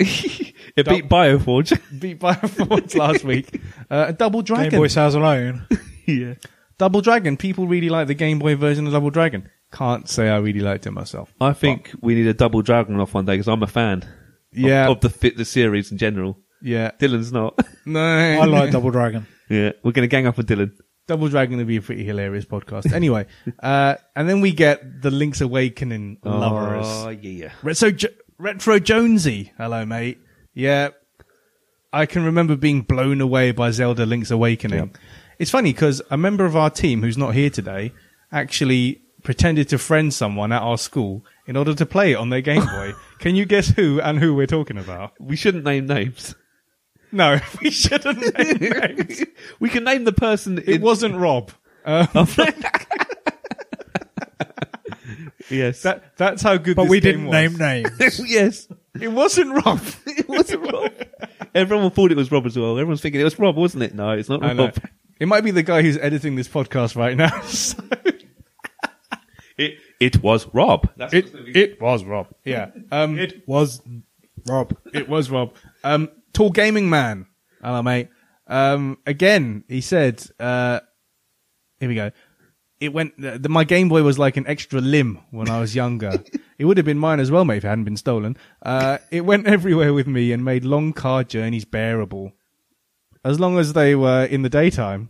It beat Bioforge. [LAUGHS] beat [LAUGHS] by a Ford last [LAUGHS] week. Uh, Double Game Dragon. Boy sales alone. yeah. Double Dragon. People really like the Game Boy version of Double Dragon. Can't say I really liked it myself. I think we need a double Dragon off one day because I'm a fan. of- Yeah. Of, the fit the series in general. Yeah. Dylan's not. [LAUGHS] [LAUGHS] No. I like Double Dragon. yeah. We're gonna gang up on Dylan. Double Dragon would be a pretty hilarious podcast. Anyway, uh, and then we get the Link's Awakening lovers. Oh, yeah. Right, So J- Retro Jonesy. Hello, mate. Yeah. I can remember being blown away by Zelda Link's Awakening. It's funny because a member of our team who's not here today actually pretended to friend someone at our school in order to play it on their Game [LAUGHS] Boy. Can you guess who and who we're talking about? We shouldn't name names. No, [LAUGHS] we shouldn't name [LAUGHS] names. [LAUGHS] we can name the person. It wasn't Rob. Um, yes. that, that's how good But this we didn't game was. name names. [LAUGHS] [LAUGHS] yes. It [LAUGHS] wasn't Rob. It wasn't Rob. Everyone thought it was Rob as well. Everyone's thinking it was Rob, wasn't it? No, it's [LAUGHS] not I know. Rob. It might be the guy who's editing this podcast right now. [LAUGHS] so- It it was Rob. That's it, it was Rob. Yeah. Um, [LAUGHS] it, was Rob. was Rob. Um, tall gaming man. Hello, mate. Um, again, he said, uh, here we go. It went, the, the, my Game Boy was like an extra limb when I was younger. it would have been mine as well, mate, if it hadn't been stolen. Uh, it went [LAUGHS] everywhere with me and made long car journeys bearable. As long as they were in the daytime.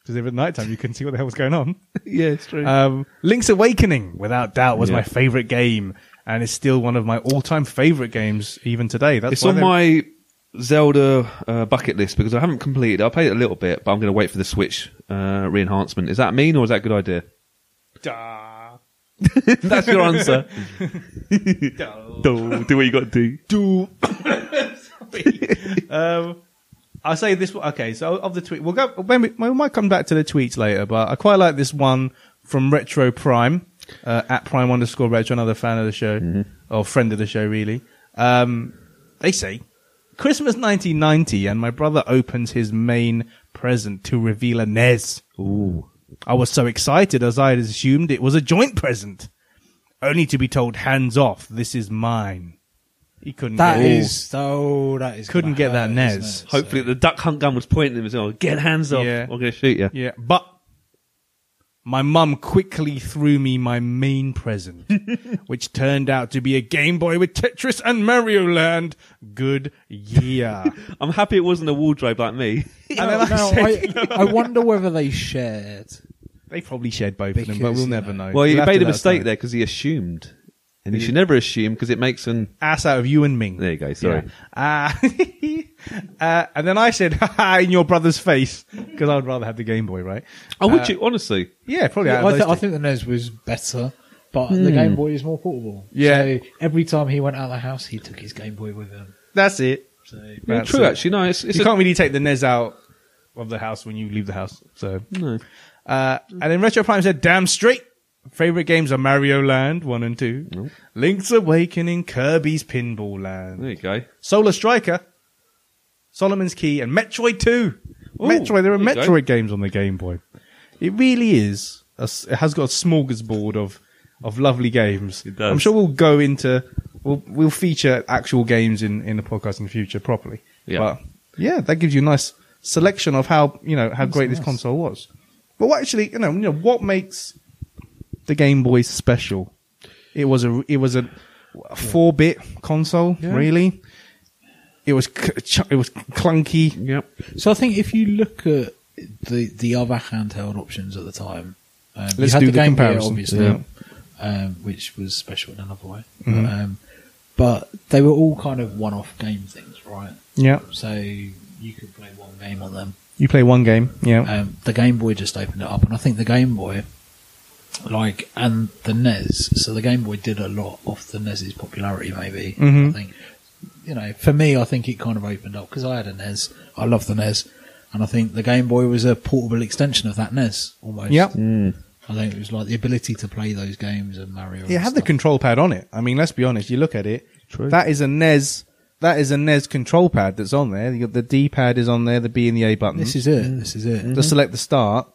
Because if at night time you couldn't see what the hell was going on. [LAUGHS] yeah, it's true. Um, Link's Awakening, without doubt, was Yeah. my favorite game, and is still one of my all-time favorite games even today. That's it's why on they're- my Zelda uh, bucket list because I haven't completed. I played it a little bit, but I'm going to wait for the Switch uh, re-enhancement. Is that mean or is that a good idea? Duh. [LAUGHS] That's your answer. [LAUGHS] do, do what you got to [LAUGHS] [LAUGHS] do. Do. [LAUGHS] Sorry. um, I'll say this. one- Okay, so of the tweet, we'll go. when We we might come back to the tweets later, but I quite like this one from Retro Prime uh, at Prime underscore Retro, another fan of the show or friend of the show, really. Um, they say Christmas 1990, and my brother opens his main present to reveal a NES. Ooh. I was so excited as I had assumed it was a joint present, only to be told, hands off, this is mine. He couldn't That get is so. That is. Couldn't gonna get that hurt, Nez. isn't it? Hopefully, the duck hunt gun was pointing at him as well. Get hands off! Yeah. I'm going to shoot you. Yeah, but my mum quickly threw me my main [LAUGHS] present, which turned out to be a Game Boy with Tetris and Mario Land. Good [LAUGHS] year. I'm happy it wasn't a wardrobe like me. and then I No, said- [LAUGHS] I, I wonder whether they shared. they probably shared both of them, but Because, we'll you never know. [LAUGHS] well, [LAUGHS] You'll he have made to a let us mistake know. there because he assumed, and you should never assume because it makes an. Ass out of you and Ming. There you go. Sorry. Yeah. Uh, [LAUGHS] uh, and then I said, [LAUGHS] "Ha ha!" in your brother's face, because I would rather have the Game Boy, right? Oh, would you honestly? Yeah, probably. out of I, those th- I two. think the Nez was better, but the Game Boy is more portable. Yeah. So every time he went out of the house, he took his Game Boy with him. that's it. So Yeah, That's true. it. Actually, no. It's, it's you a- can't really take the NES out of the house when you leave the house. So, no. uh, and then Retro Prime said, "Damn straight." Favorite games are Mario Land one and two, Link's Awakening, Kirby's Pinball Land, There you go. Solar Striker, Solomon's Key, and Metroid Two. Ooh, Metroid. There are there you Metroid go. games on the Game Boy. It really is. a s it has got a smorgasbord of of lovely games. It does. I'm sure we'll go into we'll we'll feature actual games in in the podcast in the future properly. Yeah. But yeah, that gives you a nice selection of how you know how great this console was. But what actually you know you know what makes the Game Boy special? It was a it was a four bit console really. It was c- ch- it was clunky. Yep. So I think if you look at the the other handheld options at the time, um, you Let's had do the the Game Boy, comparison. obviously, Yeah. Mm-hmm. um, which was special in another way. Um, but they were all kind of one-off game things, right? Yeah, So you could play one game on them. you play one game. Yeah, Um, the Game Boy just opened it up, and I think the Game Boy, like, and the NES. So the Game Boy did a lot off the NES's popularity, maybe. Mhm. I think, you know, for me, I think it kind of opened up because I had a NES. I love the NES, and I think the Game Boy was a portable extension of that NES almost. Yep. I think it was like the ability to play those games and Mario. It and had the stuff. control pad on it. I mean, let's be honest. You look at it. True. That is a NES. That is a NES control pad that's on there. You got The D pad is on there. The B and the A button. This is it. This is it. to select the start.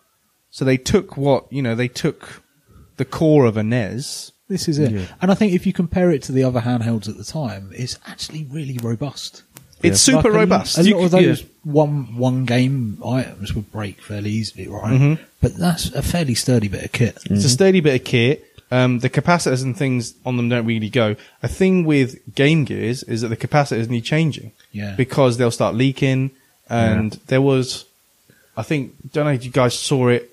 So they took what you know. They took the core of a E NES. This is it. And I think if you compare it to the other handhelds at the time, it's actually really robust. It's super Like a- robust. A You lot of could- yeah. those one one game items would break fairly easily, right? Mm-hmm. But that's a fairly sturdy bit of kit. Mm. It's a Mm-hmm. sturdy bit of kit. Um, the capacitors and things on them don't really go. A thing with Game Gears is that the capacitors need changing. Yeah. Because they'll start leaking. And there was, I think, don't know if you guys saw it.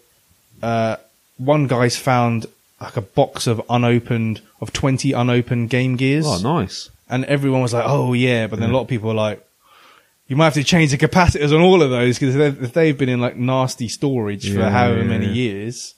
Uh, one guy's found like a box of unopened of twenty unopened Game Gears, Oh, nice. and everyone was like, "Oh yeah," but then a lot of people were like, "You might have to change the capacitors on all of those because if they've been in like nasty storage for Yeah, however yeah, many yeah. years."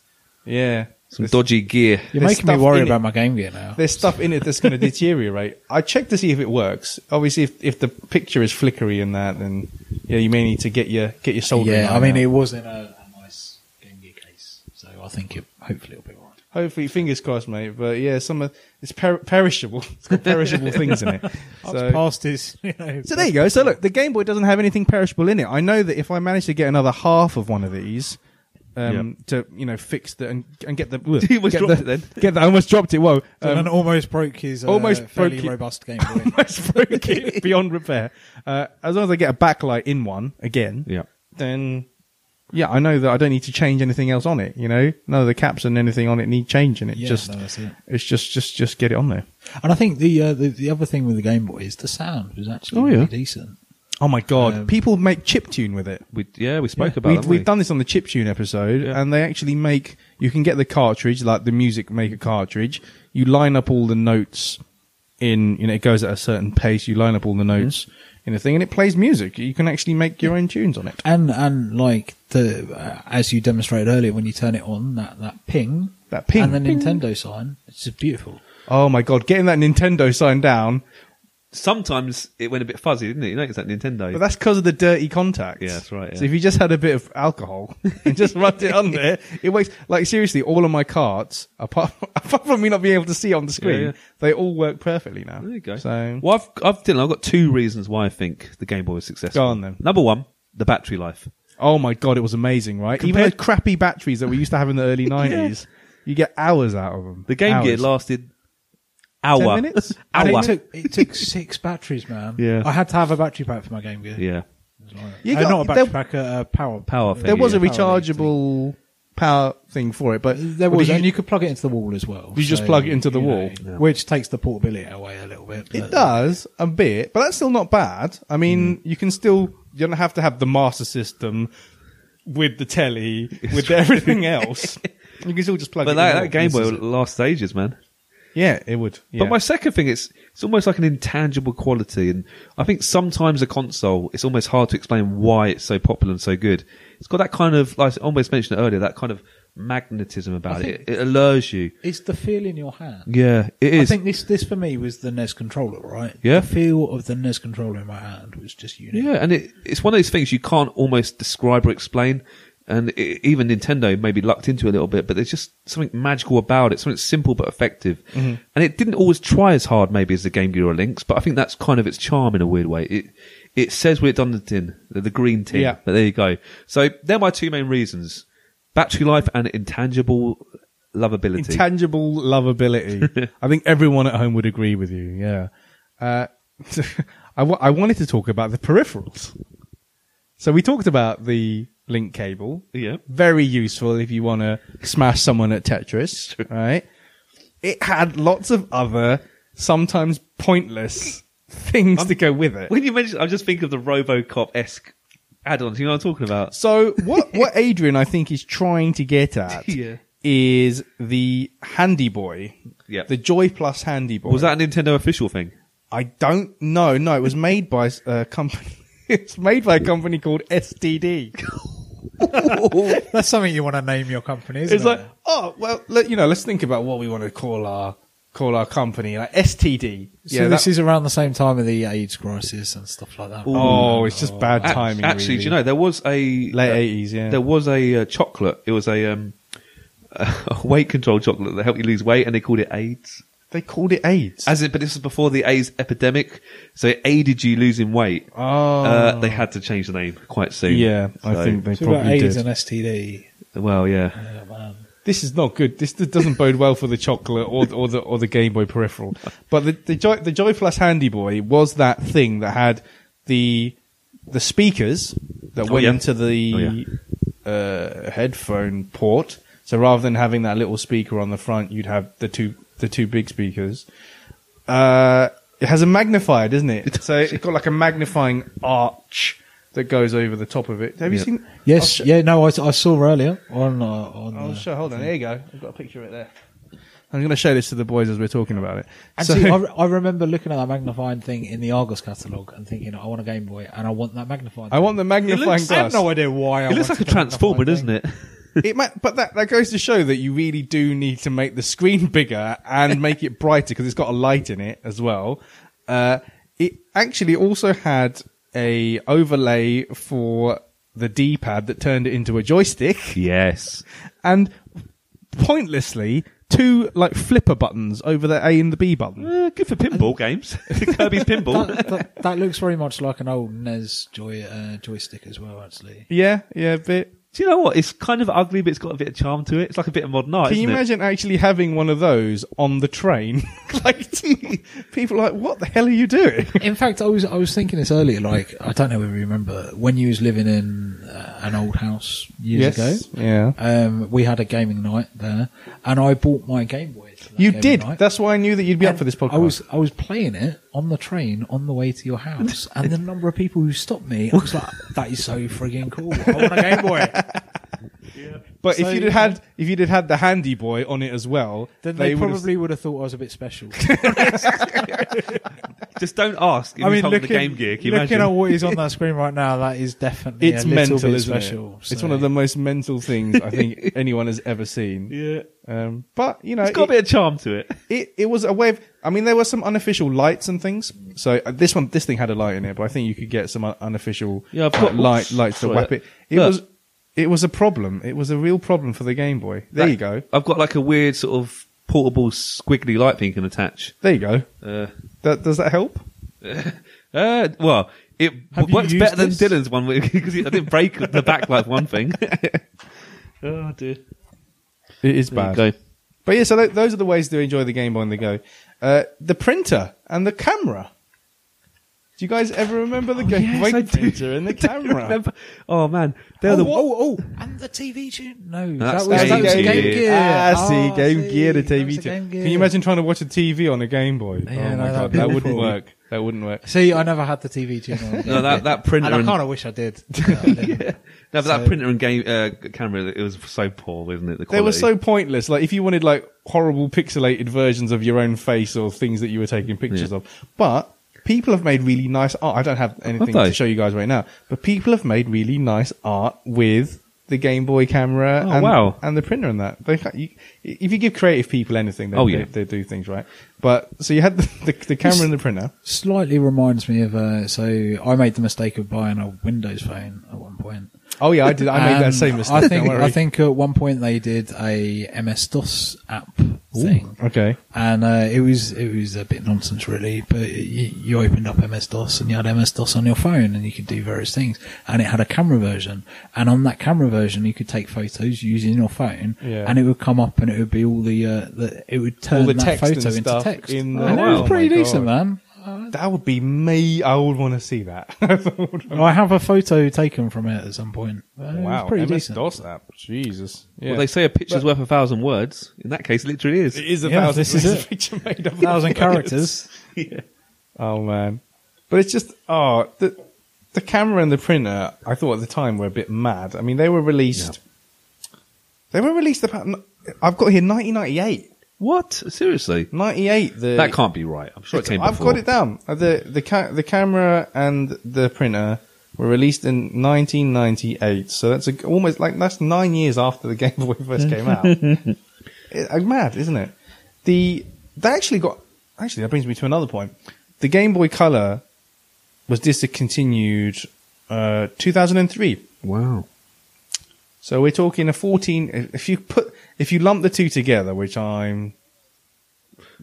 Yeah, Some There's- dodgy gear. You're There's making me stuff worry in it. about my Game Gear now. there's stuff in it that's going to deteriorate. I checked to see if it works. Obviously, if, if the picture is flickery and that, then yeah, you may need to get your get your soldering. Yeah, I iron mean, out. it was in a, a nice Game Gear case, so I think it hopefully it'll be alright. hopefully, fingers crossed, mate. But yeah, some of it's per- perishable. [LAUGHS] It's got perishable things in it. That's So, past his, [LAUGHS] you know. so there you go. So look, the Game Boy doesn't have anything perishable in it. I know that if I manage to get another half of one of these. Um, To you know, fix the and, and get the He almost get dropped the, it then. [LAUGHS] Get the, I almost dropped it. Whoa, and Um, almost broke his uh, almost fairly broke it. robust Game [LAUGHS] Boy. almost broke it beyond repair. Uh, as long as I get a backlight in one again, Yeah. then yeah, I know that I don't need to change anything else on it. You know, none of the caps and anything on it need changing. It Yeah, just no, that's it. it's just just just get it on there. And I think the, uh, the the other thing with the Game Boy is the sound was actually Oh, yeah. really decent. Oh my god, Um, people make chip tune with it. We, yeah, we spoke about we, that, we've we? done this on the chip tune episode, Yeah. and they actually make you can get the cartridge, like the music maker cartridge. You line up all the notes in, you know, it goes at a certain pace. You line up all the notes in a thing, and it plays music. You can actually make your own tunes on it. And and like the uh, as you demonstrated earlier, when you turn it on, that that ping, That ping. and the Ping. Nintendo sign, it's just beautiful. Oh my god, getting that Nintendo sign down, Sometimes it went a bit fuzzy, didn't it? You noticed that Nintendo. but that's because of the dirty contact. Yeah, that's right, yeah. So if you just had a bit of alcohol and just rubbed it on there, it works. Like seriously, all of my cards, apart from, [LAUGHS] apart from me not being able to see on the screen, Yeah, yeah. they all work perfectly now. there you go. So well, I've, I've, Dylan, I've got two reasons why I think the Game Boy was successful. Go on then. Number one, the battery life. Oh my god, it was amazing, right? Even Compared- the crappy batteries that we used to have in the [LAUGHS] early nineties, you get hours out of them. The Game Gear Hours. lasted hour. [LAUGHS] minutes? Hour. Ten It took [LAUGHS] it took six batteries, man. Yeah. I had to have a battery pack for my Game Gear. Yeah. You Uh, got- not a battery there, pack, a, a power Power there thing, was yeah. a rechargeable power thing for it, but There but was, did and you, you could plug it into the wall as well. you just plug it into the you know, wall. which takes the portability away a little bit. It but- does a bit, but that's still not bad. I mean, Hmm. you can still you don't have to have the master system with the telly with everything else. You can still just plug. But it that, in that and Game Boy this is it. lasts ages, man. yeah, it would. Yeah. But my second thing is, it's almost like an intangible quality, and I think sometimes a console, it's almost hard to explain why it's so popular and so good. It's got that kind of, like I almost mentioned earlier, that kind of magnetism about it. It allures you. It's the feel in your hand. Yeah, it is. I think this this for me was the NES controller, right? Yeah. The feel of the NES controller in my hand was just unique. yeah, and it, it's one of those things you can't almost describe or explain. And it, even Nintendo maybe lucked into it a little bit, but there's just something magical about it, something simple but effective. And it didn't always try as hard, maybe, as the Game Gear or Lynx, but I think that's kind of its charm in a weird way. It it says what it done on the tin, the, the green tin. Yeah. But there you go. So they're my two main reasons: battery life and intangible lovability. intangible lovability. [LAUGHS] I think everyone at home would agree with you. Yeah. Uh, [LAUGHS] I wa- I wanted to talk about the peripherals. So we talked about the link cable. Yeah. Very useful if you want to smash someone at [LAUGHS] Tetris, right? It had lots of other, sometimes pointless things to go with it. when Um, you mention, I just think of the RoboCop esque add-ons. You know what I'm talking about? So what what Adrian I think is trying to get at [LAUGHS] Yeah. is the Handy Boy. Yep. The Joy Plus Handy Boy. Was that a Nintendo official thing? I don't know. No, it was made by a company. [LAUGHS] It's made by a company called STD. [LAUGHS] That's something you want to name your company, isn't It's it? like, oh well, let, you know, let's think about what we want to call our call our company, like STD. So this is around the same time of the AIDS crisis and stuff like that. oh, it's just bad Ac- timing. Actually, really. do you know there was a Late uh, 80s, yeah. there was a uh, chocolate. It was a, um, [LAUGHS] a weight control chocolate that helped you lose weight, and they called it AIDS. they called it AIDS? As it, but this was before the AIDS epidemic, so it aided you losing weight. Oh. Uh, they had to change the name quite soon. yeah, I So- think they So about probably AIDS did. and STD. Well, yeah, Oh, man. this is not good. This doesn't bode well for the chocolate or, or the or the Game Boy peripheral. But the the Joy, the Joy Plus Handy Boy was that thing that had the the speakers that Oh, went yeah. into the uh, headphone port. So rather than having that little speaker on the front, you'd have the two the two big speakers. Uh, it has a magnifier, doesn't it? So it's got like a magnifying arch that goes over the top of it. Have you Yeah. seen? I'll Yes, sh- yeah, no, I, I saw earlier on. Uh, on Oh, uh, sure. Hold on. There you go. I've got a picture of it there. I'm going to show this to the boys as we're talking about it. And So- [LAUGHS] see, I, re- I remember looking at that magnifying thing in the Argos catalogue and thinking, I want a Game Boy and I want that magnifying. I want the magnifying looks- glass. I have no idea why. I it looks wanted like a to make that transformer, one doesn't thing. it? [LAUGHS] it might, but that, that goes to show that you really do need to make the screen [LAUGHS] bigger and make it brighter because it's got a light in it as well. Uh, it actually also had a overlay for the D-pad that turned it into a joystick, [LAUGHS] yes. and pointlessly two like flipper buttons over the A and the B button. Eh, good for pinball games. [LAUGHS] Kirby's pinball. that, that, that looks very much like an old NES joy, uh, joystick as well, actually. Yeah, yeah, but Do you know what? It's kind of ugly, but it's got a bit of charm to it. It's like a bit of modern art. Can you isn't it? imagine actually having one of those on the train? [LAUGHS] like people are like, what the hell are you doing? In fact, I was I was thinking this earlier. Like, I don't know whether you remember when you was living in uh, an old house years ago. yeah. Um, we had a gaming night there, and I bought my Game Boy. to that You gaming did. night. That's why I knew that you'd be up And for this podcast. I was I was playing it on the train on the way to [LAUGHS] your house, and the number of people who stopped me, I was like, "That is so frigging cool! I want a [LAUGHS] Game Boy." but if so- you'd had if you'd had the handy boy on it as well, Then they, would've- probably would have thought I was a bit special. Just don't ask. If I mean, looking, looking, the Game Gear. Can you looking imagine? at what is on that screen right now, that is definitely it's a little mental, bit isn't special. it? so- It's one of the most mental things I think anyone has ever seen. yeah. Um, but you know, It's got a it- bit of charm to it. it, it was a way of, I mean, there were some unofficial lights and things. So uh, this one, this thing had a light in it, but I think you could get some un- unofficial Yeah, I've uh, got- light, lights to Sorry, whap that- it. It look. was, it was a problem. It was a real problem for the Game Boy. There you go. I've got like a weird sort of portable squiggly light thing you can attach. There you go. Uh, That, does that help? uh, well, it Have you works used better this? than Dylan's one [LAUGHS] because I didn't break the back like [LAUGHS] one thing. oh dear. It is There bad. you go. But yeah, so th- those are the ways to enjoy the Game Boy on the go. Uh, the printer and the camera. Do you guys ever remember the Game Oh, yes, Boy I do. printer and the [LAUGHS] I don't camera? remember. Oh man, they're the oh, oh, and the TV tune? No, That's that was, Game that was Gear. Game Gear. Ah, see, Ah, Game see, Gear, the that was TV. a Game Can Gear. you imagine trying to watch a TV on a Game Boy? Yeah, oh my no, god, that'd be that wouldn't awful. work. That wouldn't work. See, I never had the TV tune. On no that that printer and I and, kind of wish I did. [LAUGHS] um, No, I didn't. no, but that printer and game uh, camera it was so poor, wasn't it? The They were quality. so pointless. Like if you wanted like horrible pixelated versions of your own face or things that you were taking pictures Yeah. of, but people have made really nice art. I don't have anything they? to show you guys right now, but people have made really nice art with the Game Boy camera Oh, and, wow. and the printer and that. They, can't- you, if you give creative people anything, they, Oh, they- yeah. they, do things right. But so you had the, the, the camera and the printer. Slightly reminds me of. Uh, so I made the mistake of buying a Windows phone at one point. Oh yeah, I did. I made that And same mistake. Um, I don't think, worry. I think at one point they did a MS DOS app thing. Okay. And uh, it was it was a bit nonsense really, but you, you opened up MS DOS and you had MS DOS on your phone and you could do various things. And it had a camera version, and on that camera version you could take photos using your phone, Yeah. and it would come up and it would be all the, uh, the it would turn All the that text and photo into stuff text. in the- and Oh, it was pretty my decent, God. man. That would be me. I would want to see that. [LAUGHS] I have a photo taken from it at some point. Uh, it was Oh. wow, pretty MS decent. DOS app. Jesus. Yeah. Well, they say a picture's worth a thousand words. In that case, it literally is. It is a Yeah, thousand. this is it's a it. picture made of [LAUGHS] Thousand [LAUGHS] words. characters. Oh man, but it's just oh the the camera and the printer. I thought at the time were a bit mad. I mean, they were released. They were released about. I've got here 1998. What? Seriously? 98. The That can't be right. I'm sure it came I've before. got it down. Uh, The the ca- the camera and the printer were released in 1998. So that's a, almost like that's nine years after the [LAUGHS] Game Boy first came [LAUGHS] out. It- uh, mad, isn't it? The that actually got actually that brings me to another point. The Game Boy Color was discontinued uh, 2003. Wow. So we're talking a 14. if- If you put if you lump the two together, which I'm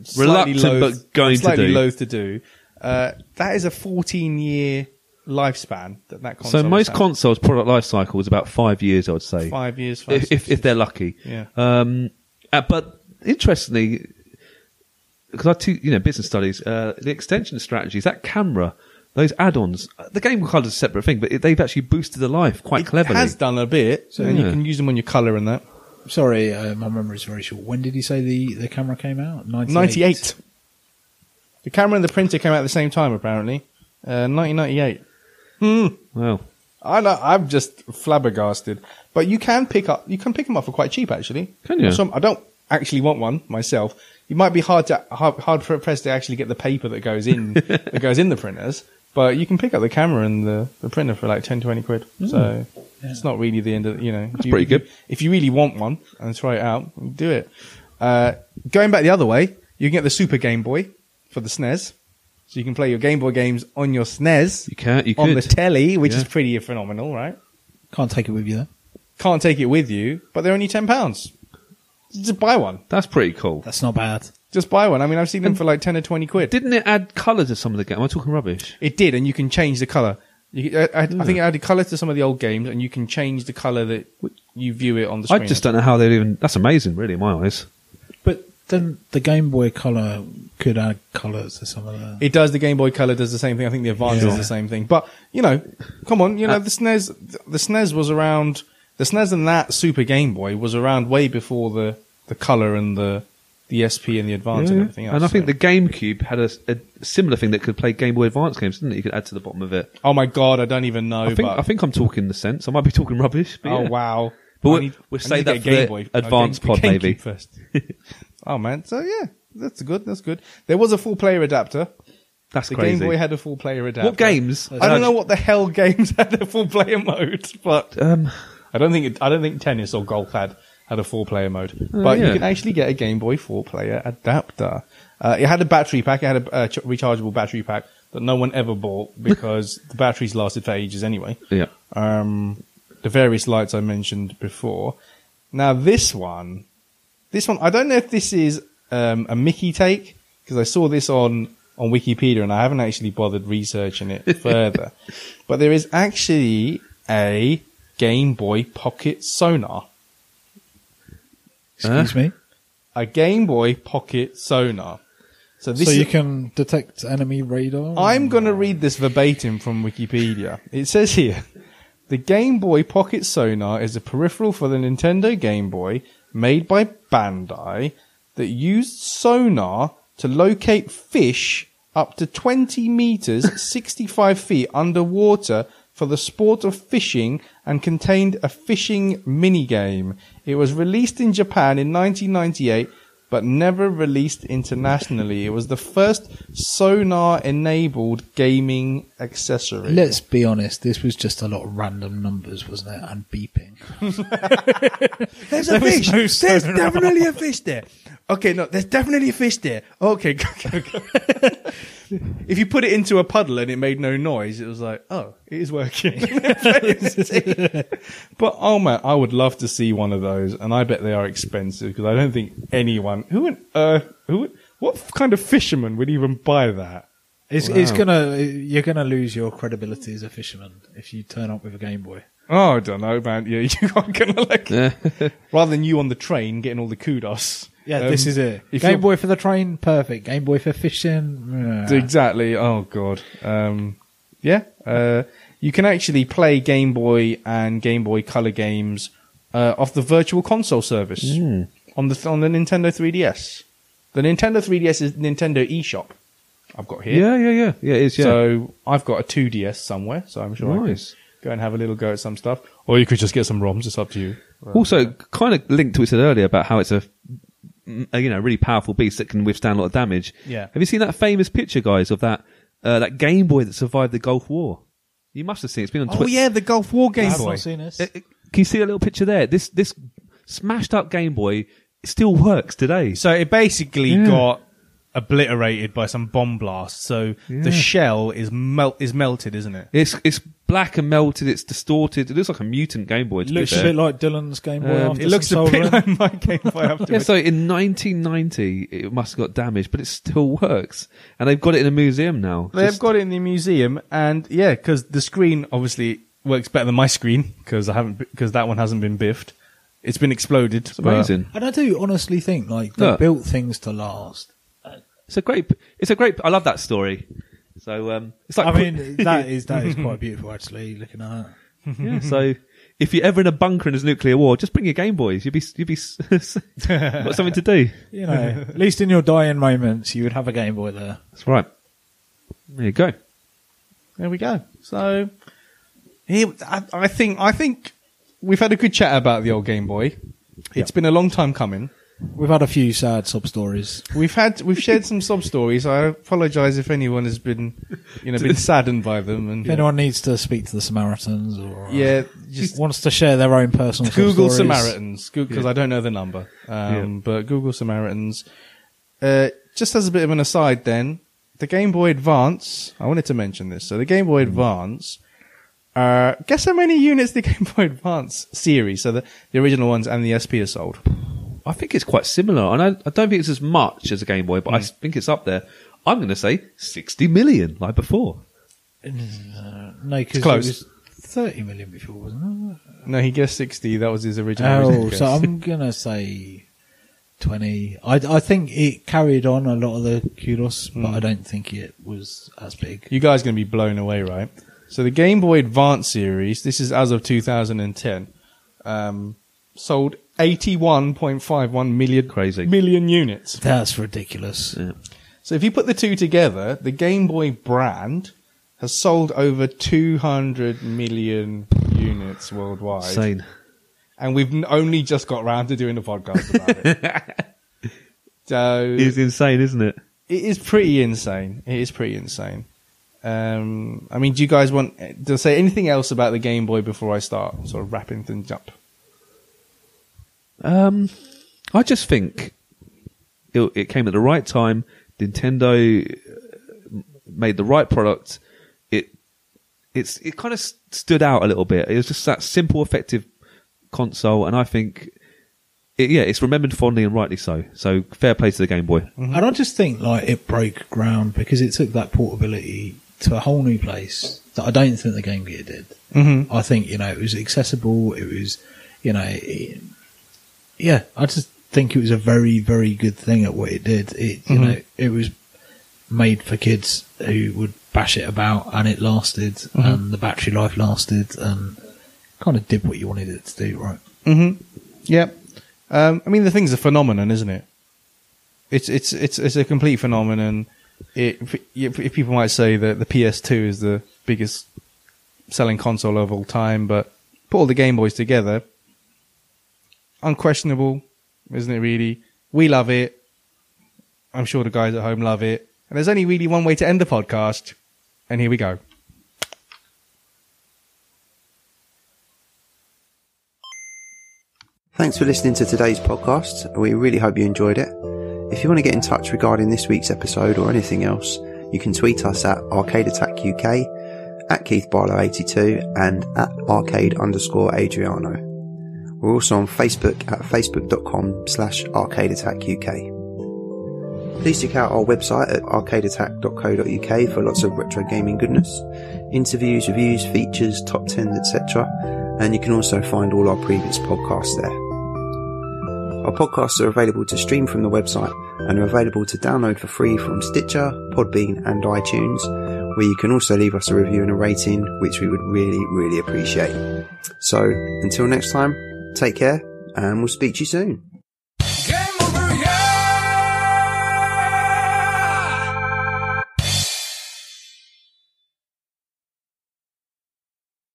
slightly Reluctant, loath- but going to slightly do. loath to do, uh, that is a 14 year lifespan that that console. So has most had. consoles' product life cycle is about five years, I'd say. five years. Five, if, if, if they're lucky. Yeah. Um, uh, but interestingly, because I teach, you know, business studies, uh, the extension strategies, that camera, those add-ons, uh, the game card is a separate thing, but it, they've actually boosted the life quite it cleverly. has done a bit, So, and you yeah. can use them on your color and that. Sorry, uh, my memory's very short. When did you say the, the camera came out? 98. 98. The camera and the printer came out at the same time, apparently. Uh, Hmm. 1998. Wow. I know, I'm just flabbergasted. But you can pick up, you can pick them up for quite cheap, actually. Can you? Some, I don't actually want one myself, it might be hard to hard, hard for pressed to actually get the paper that goes [LAUGHS] in that goes in the printers. But you can pick up the camera and the, the printer for like 10, 20 quid. So it's not really the end of you know. if you- Mm. pretty good. If you really want one and try it out, do it. Uh, going back the other way, you can get the Super Game Boy for the E SNES. So you can play your Game Boy games on your SNES. You can- you on could. the telly, which is Yeah. pretty phenomenal, right? Can't take it with you though. Can't take it with you, but they're only ten pounds. Just buy one. That's pretty cool. That's not bad. Just buy one. I mean, I've seen them for like ten or twenty quid. Didn't it add colour to some of the game? Am I talking rubbish? It did, and you can change the color. You, I, I, I Hmm. think it added color to some of the old games, and you can change the color that you view it on the screen. I just don't know how they'd even. That's amazing, really, in my eyes. But then the Game Boy Color could add colours to some of the. It does. The Game Boy Color does the same thing. I think the Advance Yeah. does the same thing. But you know, come on, you Uh, know the SNES. The SNES was around. The SNES and that Super Game Boy was around way before the the color and the the SP and the Advance and everything else. and I think so. the GameCube had a, a similar thing that could play Game Boy Advance games, didn't it? You could add to the bottom of it. oh my god, I don't even know. I think but, I think I'm talking the sense. I might be talking rubbish. But oh yeah. wow. But I we'll- need- we'll I save need to that get for the uh, Advance Game- pod, GameCube maybe. first. [LAUGHS] oh man, so yeah, that's good. That's good. There was a full player adapter. that's The crazy. Game Boy had a full player adapter. what games? I don't know what the hell games [LAUGHS] had a full player mode, but Um, I don't think it, I don't think tennis or golf had had a four player mode, but Oh, yeah. you can actually get a Game Boy four player adapter. Uh, it had a battery pack. It had a uh, ch- rechargeable battery pack that no one ever bought because the batteries lasted for ages anyway. Yeah. Um, the various lights I mentioned before. Now this one, this one I don't know if this is um, a Mickey take because I saw this on on Wikipedia and I haven't actually bothered researching it further. but there is actually a Game Boy Pocket sonar, Excuse me. a Game Boy Pocket sonar. So this so you is, can detect enemy radar. I'm going to read this verbatim from Wikipedia. It says here The Game Boy Pocket Sonar is a peripheral for the Nintendo Game Boy made by Bandai that used sonar to locate fish up to 20 meters, 65 feet underwater for the sport of fishing and contained a fishing minigame. It was released in Japan in 1998 but never released internationally. It was the first sonar enabled gaming accessory. Let's be honest. This was just a lot of random numbers, wasn't it? And beeping. There's a fish. there's definitely a fish there. Okay, no, there's definitely a fish there. Okay, okay, okay. [LAUGHS] if you put it into a puddle and it made no noise, it was like, oh, it is [LAUGHS] working. but oh man, I would love to see one of those, and I bet they are expensive because I don't think anyone who on earth who would- what kind of fisherman would even buy that. It's, It's gonna. You're gonna lose your credibility as a fisherman if you turn up with a Game Boy. Oh, I don't know, man. Yeah, [LAUGHS] you aren't gonna like Yeah. [LAUGHS] rather than you on the train getting all the kudos. Yeah, um, this is it. if Game you're- Boy for the train, perfect. Game Boy for fishing. yeah. [LAUGHS] Exactly. Oh god. Um, yeah. Uh, you can actually play Game Boy and Game Boy Color games uh, off the Virtual Console service Hmm. on the on the Nintendo 3DS. The Nintendo 3DS is Nintendo eShop. I've got here. yeah, yeah, yeah, yeah. It is. Yeah. So I've got a 2DS somewhere, so I'm sure Nice. I can go and have a little go at some stuff. Or you could just get some ROMs. It's up to you. also, kind of linked to what you said earlier about how it's a, a you know really powerful beast that can withstand a lot of damage. Yeah. Have you seen that famous picture, guys, of that uh, that Game Boy that survived the Gulf War? You must have seen. it. It's been on Twitter. Oh, the Gulf War Game I've not seen this. Uh, uh, Can you see a little picture there? This this smashed up Game Boy still works today. So it basically Yeah. got obliterated by some bomb blast. So the shell is melt is melted, isn't it? It's it's black and melted. It's distorted. It looks like a mutant Game Boy. To looks be a fair. bit like Dylan's Game Boy. Um, after Uh, It looks some a bit [LAUGHS] soldering. like my Game Boy [LAUGHS] after yeah, so in 1990, it must have got damaged, but it still works, and they've got it in a museum now. They've Just- got it in the museum, and yeah, because the screen obviously works better than my screen because I haven't because that one hasn't been biffed. It's been exploded. It's amazing. And I do honestly think like they Look. built things to last. It's a great. It's a great. I love that story. So um, it's like. I mean, that is that is [LAUGHS] quite beautiful actually. Looking at [LAUGHS] that. yeah, so if you're ever in a bunker and there's nuclear war, just bring your Game Boys. You'll be you'll be s- [LAUGHS] [LAUGHS] got something to do. you know, at least in your dying moments, you would have a Game Boy there. That's right. There you go. There we go. So, here, I, I think I think we've had a good chat about the old Game Boy. It's been a long time coming. We've had a few sad sub stories. We've had we've shared some sob stories. I apologise if anyone has been, you [LAUGHS] know, been saddened by them. And If anyone needs to speak to the Samaritans or uh, yeah, just [LAUGHS] wants to share their own personal sob Google stories, Samaritans because I don't know the number. Um, But Google Samaritans. Uh, just as a bit of an aside, then the Game Boy Advance. I wanted to mention this. So the Game Hmm. Boy Advance. Uh, guess how many units the [LAUGHS] Game Boy Advance series, so the, the original ones and the SP, has sold? I think it's quite similar, and I, I don't think it's as much as a Game Boy, but Hmm. I think it's up there. I'm going to say 60 million, like before. Uh, No, because it close. was thirty million before, wasn't it? No, he guessed sixty. That was his original. original Oh, guess. so I'm gonna say twenty. I, I think it carried on a lot of the kudos, Mm. but I don't think it was as big. You guys are going to be blown away, right? So the Game Boy Advance series, this is as of 2010, um, sold 81.51 million Crazy. million units. That's ridiculous. So if you put the two together, the Game Boy brand has sold over 200 million units worldwide, Insane. [LAUGHS] and we've n- only just got round to doing the podcast [LAUGHS] about it. So It's insane, isn't it? it is pretty insane. It is pretty insane. Um, I mean, do you guys want to say anything else about the Game Boy before I start sort of wrapping things up? Um, I just think it, it came at the right time. Nintendo uh, made the right product. It it's it kind of stood out a little bit. It was just that simple, effective console, and I think. It, yeah, it's remembered fondly and rightly so. So fair play to the Game Boy. Mm-hmm. And I just think like it broke ground because it took that portability to a whole new place that I don't think the Game Gear did. Mm-hmm. I think you know it was accessible. It was, you know, it, yeah. I just think it was a very very good thing at what it did. It you know it was made for kids who would bash it about, and it lasted, and the battery life lasted, and kind of did what you wanted it to do. Right? Mm-hmm. Yeah. Um, I mean, the thing's a phenomenon, isn't it? It's it's it's it's a complete phenomenon. It, if, if if people might say that the PS2 is the biggest selling console of all time, but put all the Game Boys together, unquestionable, isn't it? Really, we love it. I'm sure the guys at home love it. And there's only really one way to end the podcast, and here we go. Thanks for listening to today's podcast. We really hope you enjoyed it. If you want to get in touch regarding this week's episode or anything else, you can tweet us at Arcade Attack UK, at Keith Barlow 82 and at arcade underscore Adriano. We're also on Facebook at facebook.com slash arcade attack UK. Please check out our website at arcadeattack.co.uk for lots of retro gaming goodness, interviews, reviews, features, top tens, etc. And you can also find all our previous podcasts there. Our podcasts are available to stream from the website and are available to download for free from Stitcher, Podbean, and iTunes, where you can also leave us a review and a rating, which we would really, really appreciate. So, until next time, take care, and we'll speak to you soon.